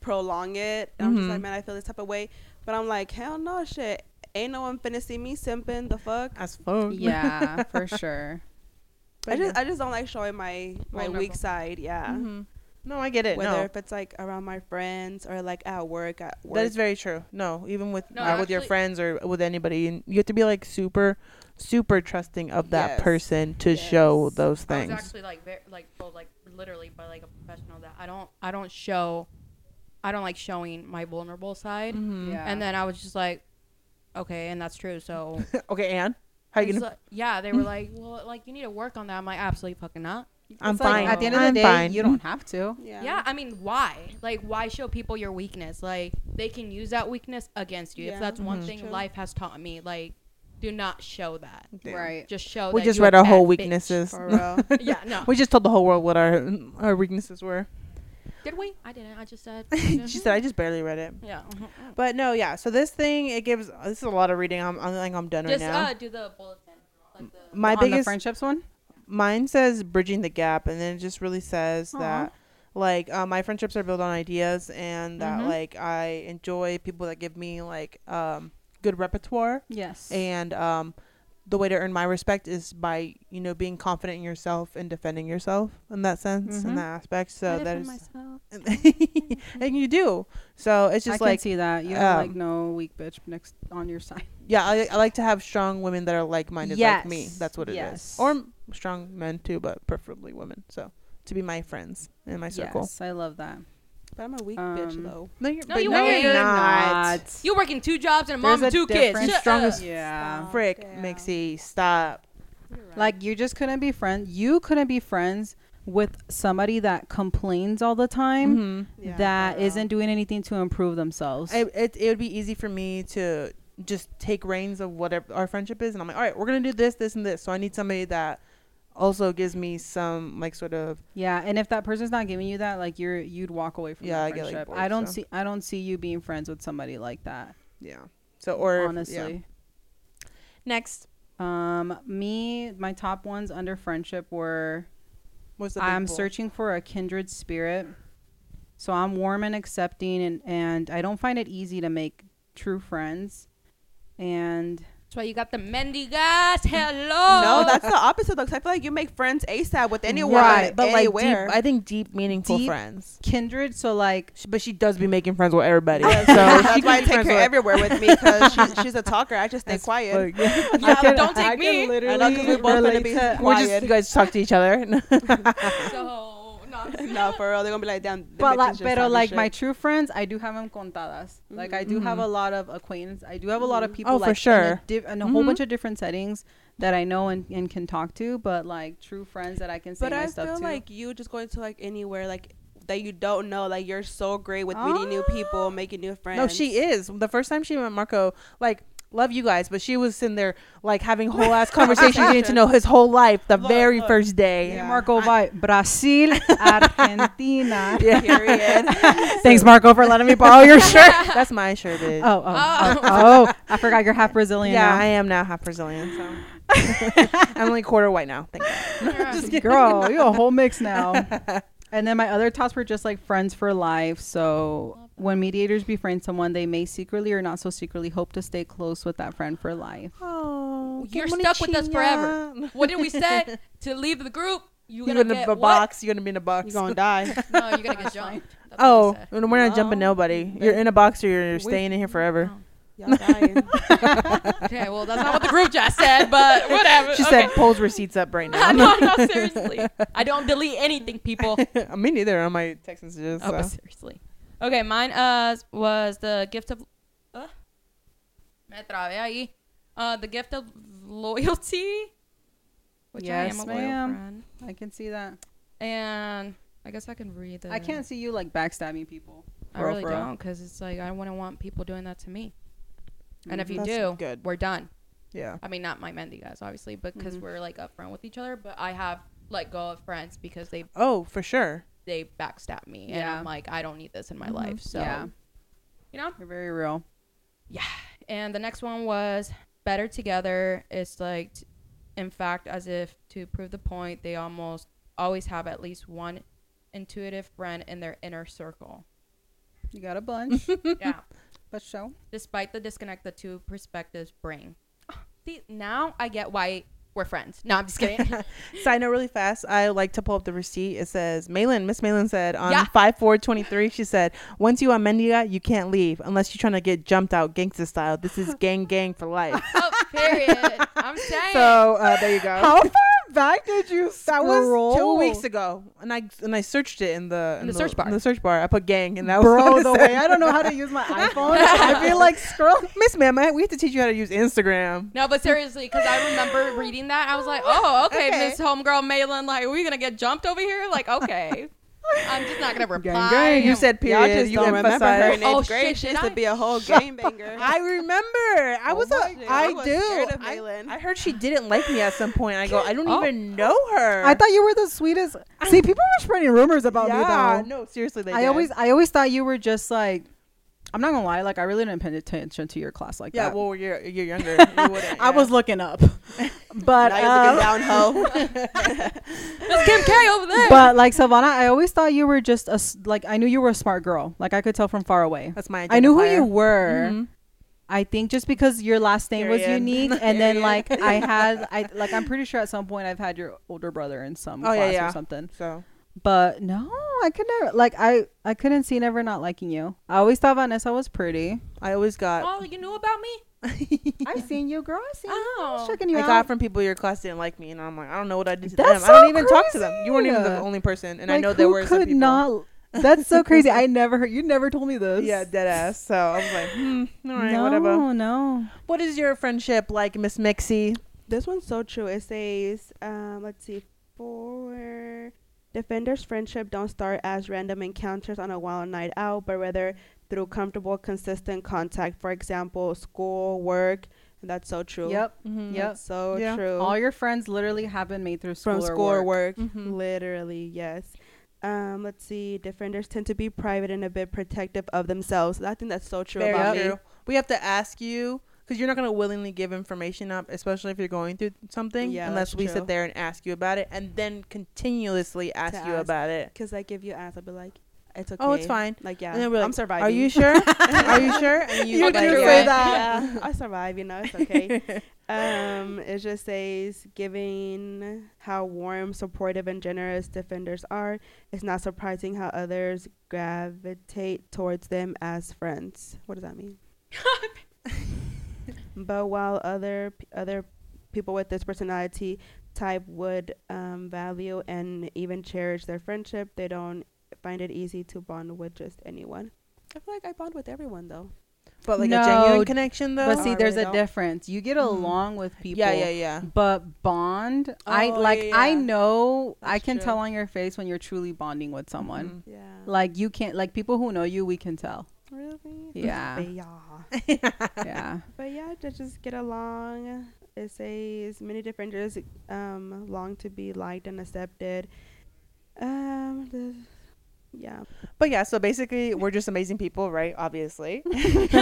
D: prolong it. And I'm just
A: Mhm.
D: like, man, I feel this type of way. But I'm like, hell no, shit. Ain't no one finna see me simping the fuck.
A: as fuck. *laughs*
E: Yeah, for
B: *laughs*
E: sure.
D: I just I just don't like showing my my weak
C: Vulnerable.
D: side. Yeah.
A: Mhm. No, I get it.
D: Whether
A: no,
D: if it's like around my friends or like at work, at work.
A: that is very true. No, even with
C: No,
A: uh, with your
C: actually-
A: friends or with anybody, you- you have to be like super, super trusting of that
D: Yes.
A: person to show
D: Yes.
A: those
C: I was
A: things.
C: actually like very like well like literally by like a professional that I don't I don't show I don't like showing my vulnerable side.
A: Mm-hmm.
E: Yeah.
C: And then I was just like, okay, and that's
A: *laughs*
C: true. So
A: okay, Anne, how you
C: It's
A: gonna?
C: like- yeah, they were like, well, like you need to work on that. I'm like, absolutely fucking not.
A: I'm
E: It's like,
A: fine.
E: At the end of
A: I'm
E: the day,
A: fine. *laughs*
B: you don't have to.
D: Yeah.
C: Yeah. I mean, why? Like, why show people your weakness? Like, they can use that weakness against you.
D: Yeah.
C: If that's one
A: Mhm.
C: thing
D: True.
C: life has taught me, like, do not show that.
A: Damn.
E: Right.
C: Just show.
A: We
C: that
A: just
C: you're
A: read
C: a
A: our whole
C: bad
A: weaknesses.
D: For real.
A: *laughs*
C: bitch. yeah, no.
A: We just told the whole world what our our weaknesses were. *laughs*
C: Did we? I didn't. I just said.
A: she said, "I just barely read it."
C: Yeah. mhm.
A: But no, yeah. So this thing, it gives. This is a lot of reading. I'm, I think I'm done
C: Just
A: right now.
C: uh, do the bulletin. Like the.
A: My
B: on the
A: biggest
B: friendships one.
A: mine says bridging the gap and then it just really says
B: Aw.
A: that like uh, my friendships are built on ideas and that
C: Mhm.
A: like i enjoy people that give me like um good repertoire
E: Yes.
A: and um the way to earn my respect is by you know being confident in yourself and defending yourself in that sense in
B: Mhm.
A: that aspect so that is
E: myself.
A: *laughs* and you do so it's
E: I
A: just
E: can
A: like
E: see that. You have like
A: um,
E: no weak bitch next on your side.
A: yeah I, I like to have strong women that are like-minded like me
E: Yes.
A: that's what it is.
E: Yes.
A: or m- strong men too but preferably women so to be my friends in my circle
E: Yes, I love that.
D: But I'm a weak
B: Um,
D: bitch though.
A: No, you're,
C: No,
A: but
C: you
A: no,
C: are.
A: you're not.
C: You're working two jobs and a
F: There's
C: mom and
F: a
C: two kids.
F: difference.
C: Shut
F: Strongest-
C: up.
B: Yeah.
A: Frick,
D: Damn.
A: Mixie, stop.
B: Like you just couldn't be friends. You couldn't be friends with somebody that complains all the time.
A: Mm-hmm.
D: Yeah,
B: that
D: girl.
B: not doing anything to improve themselves.
A: It, it it would be easy for me to just take reins of whatever our friendship is, and I'm like, all right, we're gonna do this, this, and this. So I need somebody that also gives me some like sort of
B: yeah, and if that person's not giving you that, like you're you'd walk away from
A: Yeah,
B: that
A: I get, like,
B: friendship.
A: bored,
B: I don't
A: so.
B: see I don't see you being friends with somebody like that.
A: yeah. So or
B: honestly.
A: yeah.
C: Next.
B: Um, me, my top ones under friendship were
A: What's the big
B: I'm
A: pull?
B: searching for a kindred spirit. So I'm warm and accepting, and, and I don't find it easy to make true friends. And
C: That's why you got the Mendy guys. Hello.
D: No, that's the opposite though. 'cause I feel like you make friends ASAP with anyone,
A: right, but like
D: anywhere. *laughs*
A: deep, I think deep, meaningful
B: Deep-
A: friends.
B: kindred, so like,
A: She, but she does be making friends with *laughs* everybody.
D: Yeah,
A: so
D: that's
A: she
D: why I
A: can be
D: take
A: friends
D: her
A: with
D: everywhere with me because she's, she's a talker. I just stay
A: That's like- *laughs*
D: quiet.
C: Yeah,
B: I can-
C: but don't take
B: I can
C: me.
D: I know because we're
B: literally
D: both gonna
B: relate
D: be
B: to-
A: We're just
D: quiet.
A: you guys talk to each other.
C: *laughs*
A: *laughs*
C: so, no.
D: *laughs* no, for real, they're gonna be like, damn.
B: but like, pero like my true friends, I do have them contadas. Like I do have
A: Mhm.
B: a lot of acquaintance. I do have a lot
F: Mm.
B: of people.
A: Oh, for
B: like, in a
A: sure.
B: diff- in a whole
A: Mhm.
B: bunch of different settings that I know and, and can talk to. But like true friends that I can say
D: But
B: my
D: I
B: stuff
D: feel
B: to.
D: like you just going to like anywhere like that you don't know. Like you're so great with meeting new people, making new friends.
A: No, she is. The first time she met Marco, like, love you guys, but she was in there, like, having whole ass conversations, getting to know his whole life the
D: Look,
A: very
D: look.
A: first day.
B: Hey,
D: Yeah.
B: Marco by
F: *laughs*
B: Brazil, Argentina.
D: *laughs* Period.
F: Thanks, Marco, for letting me borrow
A: *laughs*
B: *laughs*
F: your shirt.
A: *laughs* That's my sure bitch.
B: Oh, oh, oh, oh, I forgot you're half Brazilian.
A: yeah,
B: now.
A: I am now half Brazilian, so *laughs* I'm only quarter white now. Thank God.
B: *laughs* girl you a whole mix now and then my other thoughts were just like friends for life so when mediators befriend someone they may secretly or not so secretly hope to stay close with that friend for life
A: Oh,
C: You're stuck with us forever. What did we say? to leave the group, you
A: You're
C: gonna,
A: gonna, be
C: get
A: in a
C: what?
A: box. You're gonna be in a
D: You're
A: box. *laughs*
D: gonna die.
C: No, you're gonna get jumped. *laughs* That's what
A: Oh,
C: we said.
A: we're not jumping nobody. You're in a box or you're staying in here forever.
D: Y'all dying.
C: Okay, well that's not what the group chat said, but whatever.
A: She
C: okay.
A: said, "Pulls receipts up
C: *laughs*
A: right now."
C: no,
A: *laughs*
C: no, seriously. I don't delete anything, people.
A: Me neither on my text messages.
C: Oh, but
A: so.
C: seriously. Okay, mine uh was the gift of uh, me trabe ahí. Uh, the gift of loyalty. Which
B: Yes,
C: I am a
B: ma'am.
C: loyal friend.
B: *laughs* i can see that
C: And I guess I can read the
B: i can't see you like backstabbing people
C: I
B: For real,
C: really
B: for real.
C: don't because it's like I wouldn't want people doing that to me. And if you
B: Mm,
A: That's
C: do,
A: good.
C: we're done.
A: Yeah.
C: I mean, not my Mendy guys, obviously, but because
B: Mhm.
C: we're like upfront with each other. But I have let go of friends because they
A: Oh, for sure.
C: they backstab me, and
B: Yeah. Mm-hmm.
C: I'm like, I don't need this in my life. So
B: yeah
C: you know.
B: you're very real
C: And the next one was better together. It's like, t- in fact, as if to prove the point, they almost always have at least one intuitive friend in their inner
A: *laughs*
C: circle.
B: you got a
C: *laughs*
B: bunch
C: yeah.
B: but show
C: Despite the disconnect the two perspectives bring. See, now I get why we're friends. No, I'm
A: *laughs*
C: just kidding.
A: Side note really fast. I like to pull up the receipt. It says Malin, Miss Malin said on
C: Yeah.
A: five four twenty three, she said, Once you on Mendiga, you can't leave unless you're trying to get jumped out gangsta style. This is gang gang for life.
C: oh, period. I'm saying.
A: so uh, there you
B: *laughs*
A: go.
F: How far back did you
A: that was two
F: scroll?
A: weeks ago. And I and I searched it in the
C: In the search bar.
A: In the search bar. I put gang and that was
F: Bro,
A: what
F: the
A: it
F: way
A: said.
F: I don't know
A: *laughs*
F: how to use my iPhone, I feel like scroll.
A: Miss Ma'am, I- we have to teach you how to use Instagram.
C: No, but seriously, because I remember reading that, I was like, "Oh, okay,
A: Okay.
C: Miss Homegirl Malin, like, are we gonna get jumped over here? Like,
A: *laughs*
C: okay, I'm just not gonna reply."
A: You
C: and-
A: said
D: Y'all
A: period.
D: just
A: you
D: don't remember her
A: emphasized.
D: in eighth
C: Oh,
D: grade.
C: shit,
D: she
C: did
D: used
C: I?
D: to be a whole game banger.
A: I remember. I was a.
D: Oh my God.
A: I
D: I was
A: do.
D: scared of
A: I-
D: Malin.
A: I, heard she didn't like me at some point. I go. I don't
C: Oh.
A: even know her.
F: I thought you were the sweetest. See, people were spreading rumors about
A: yeah,
F: me though.
A: no, seriously, they
B: i
A: did.
B: always i always thought you were just like i'm not gonna lie like i really didn't pay attention to your class like
A: Yeah,
B: that
A: well, you're you're younger.
B: *laughs*
A: You wouldn't,
F: I
A: yeah.
F: was looking
A: *laughs*
F: up, but
D: now
B: uh,
D: you're looking
F: um,
D: down,
B: *laughs*
D: ho.
C: "Miss Kim K over there."
B: but like Savannah, I always thought you were just a s- like I knew you were a smart girl. Like I could tell from far away.
A: That's my. Identifier.
B: I knew who you were.
A: Mhm.
B: I think just because your last name was
A: Period. *laughs*
B: unique, and then like I had, I like I'm pretty sure at some point I've had your older brother in some
A: Oh, yeah,
B: class
A: yeah.
B: or something.
A: So
B: But no, I could never like I I couldn't see never not liking you. I always thought Vanessa was pretty.
A: I always got.
C: oh, you knew about me?
A: *laughs*
B: I've seen you, girl. I've seen I was
C: Oh,
B: checking
A: I
B: you out.
A: got from people your class didn't like me, and I'm like, I don't know what I did to them.
B: That's
A: I
B: so
A: don't even talk to them. You weren't even the
B: crazy.
A: only person, and I
B: Like,
A: know there
B: who
A: were
B: could
A: some people.
B: not That's
A: *laughs*
B: so crazy. I never heard. You never told me this.
A: yeah, dead ass. *laughs* So I was
B: *laughs*
A: like, hmm, all right,
E: no,
A: whatever.
E: no.
A: What is your friendship like, Miss Mixie?
D: This one's so true. It says, um, let's see, for defenders' friendship don't start as random encounters on a wild night out, but rather through comfortable, consistent contact. For example, school, work. And that's so true.
E: Yep.
A: Mm-hmm.
E: Yep.
D: That's so
A: Yeah.
D: true.
E: All your friends literally have been made through school
D: From
E: or
D: school or
E: work.
D: work.
A: Mhm.
D: Literally, yes. Um, let's see. Defenders tend to be private and a bit protective of themselves. I think that's so true
A: Very
D: about me.
A: true. We have to ask you because you're not going to willingly give information up, especially if you're going through something,
D: Yeah,
A: unless
D: that's
A: we
D: true.
A: sit there and ask you about it and then continuously ask you
D: ask.
A: about it.
D: Because like if you ask, I'd be like, it's okay.
A: Oh, it's fine.
D: Like yeah,
A: And then we're like,
D: I'm surviving.
A: Are you
D: *laughs*
A: sure? *laughs* Are *laughs* you sure? And
B: You
A: like,
B: do
A: yeah.
B: say that.
D: yeah, I survive. You know, it's okay. um, it just says giving how warm, supportive, and generous defenders are. It's not surprising how others gravitate towards them as friends. What does that mean? but while other p- other people with this personality type would um, value and even cherish their friendship, they don't find it easy to bond with just anyone. I feel like I bond with everyone though.
A: But like a
E: No,
A: genuine connection, though.
E: But see,
D: I
E: there's
D: really
E: a
D: don't.
E: difference. You get along with people.
A: Mm-hmm. yeah, yeah, yeah.
E: But bond, I
A: Oh,
E: like.
A: yeah,
E: I
A: yeah.
E: know. I
D: That's
E: can
D: true.
E: tell on your face when you're truly bonding with someone.
A: Mhm.
D: Yeah.
E: Like you can't. Like people who know you, we can
A: *laughs*
E: tell.
D: Really? *laughs*
E: Yeah,
D: But yeah.
E: yeah.
D: But yeah, to just get along. It says many defenders um, long to be liked and accepted. Um, the, yeah.
A: But yeah, so basically, we're just amazing people, right? Obviously. *laughs*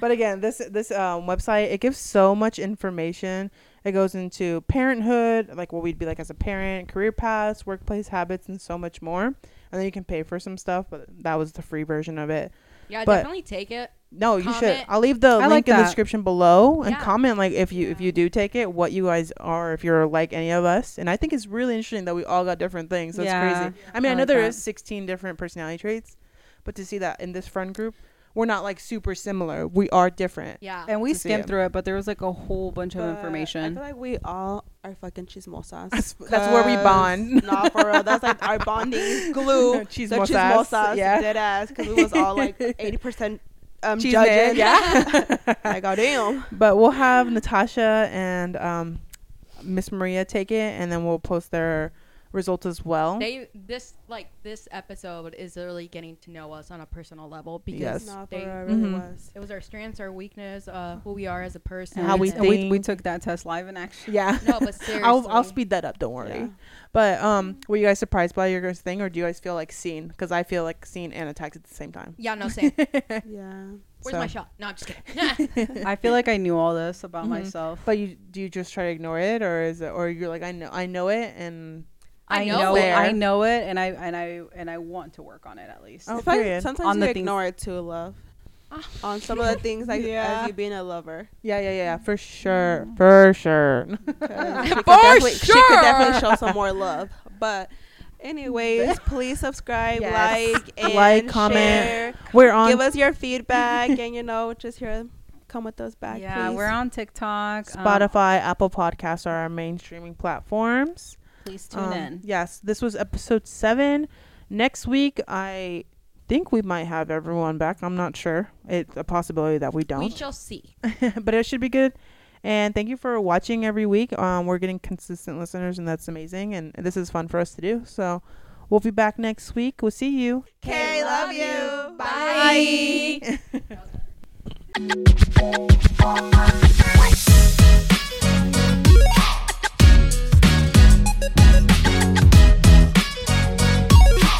A: but again, this this um, website it gives so much information. It goes into parenthood, like what we'd be like as a parent, career paths, workplace habits, and so much more. And then you can pay for some stuff, but that was the free version of it.
C: Yeah,
A: But-
C: definitely take it.
A: No, you should.
C: Comment.
A: I'll leave the link
E: like
A: in the
E: that.
A: description below and
C: Yeah.
A: comment like if you if
C: Yeah.
A: you do take it, what you guys are, if you're like any of us. And I think it's really interesting that we all got different things. That's
E: Yeah.
A: crazy. I
E: I
A: mean, I know
E: like
A: there is
E: that.
A: 16 different personality traits, but to see that in this friend group, we're not like super similar. We are different.
C: Yeah.
E: And we
A: To see
E: skimmed
A: it.
E: through it, but there was like a whole bunch of
D: But I
E: information.
D: feel like we all are fucking
A: *laughs*
D: chismosas.
A: That's, *laughs* that's where we
D: 'Cause-
A: bond. *laughs*
D: Nah, for real. That's like our bonding is glue.
A: Cheese
D: the
A: mosas,
D: chismosas,
A: yeah.
D: dead ass, because we was
A: *laughs*
D: all like 80% um,
A: Cheese man,
D: judging.
A: yeah.
D: *laughs*
A: *laughs*
D: like, oh, damn.
A: But we'll have Natasha and um, Miss Maria take it, and then we'll post their results as well.
C: They this like this episode is really getting to know us on a personal level because
A: Yes.
D: Nah, for
C: they,
D: real, I really
A: Mhm.
D: was.
C: it was our strengths, our weakness, uh, who we are as a person.
E: and
A: how we
E: and we,
A: think.
E: we took that test live in action.
A: yeah.
C: No, but seriously,
A: *laughs* I'll, I'll speed that up. Don't worry.
D: Yeah.
A: But um, were you guys surprised by your guys' thing, or do you guys feel like seen? Because I feel like seen and attacked at the same time.
C: Yeah,
A: *laughs*
C: no, same.
D: Yeah.
C: Where's
A: So-
C: my shot? No, I'm just
E: *laughs*
C: kidding. *laughs*
E: I feel like I knew all this about
A: Mhm.
E: myself.
A: But you do you just try to ignore it, or is it, or you're like I know I know it, and
C: I
E: I
C: know
E: know it.
A: there.
E: I know it, and I and I and I want to work on it at least.
A: Oh,
D: If I-
A: period.
D: sometimes
E: On
D: you
E: the things-
D: ignore it too, love.
C: Ah.
D: On some of the things, like
E: Yeah.
D: as you being a lover.
A: yeah, yeah, yeah, for sure,
C: Mm.
A: for sure. *laughs*
D: 'Cause she could
C: For
D: definitely- She could
C: sure.
D: definitely show some more love. But, anyways, please subscribe,
A: Yes.
D: like, and
A: Like, comment,
D: share.
A: We're on.
D: Give us your feedback, and you know, just here, come with those back.
E: yeah,
D: please.
E: we're on TikTok, um,
A: Spotify, Apple Podcasts are our main streaming platforms.
E: please tune
A: Um,
E: in.
A: Yes, this was episode seven. Next week, I think we might have everyone back. I'm not sure. It's a possibility that we don't.
C: we shall see.
A: *laughs* but it should be good. And thank you for watching every week. Um, we're getting consistent listeners, and that's amazing. And this is fun for us to do. So we'll be back next week. We'll see you.
D: Okay, love you.
C: Bye.
A: *laughs*
D: *laughs*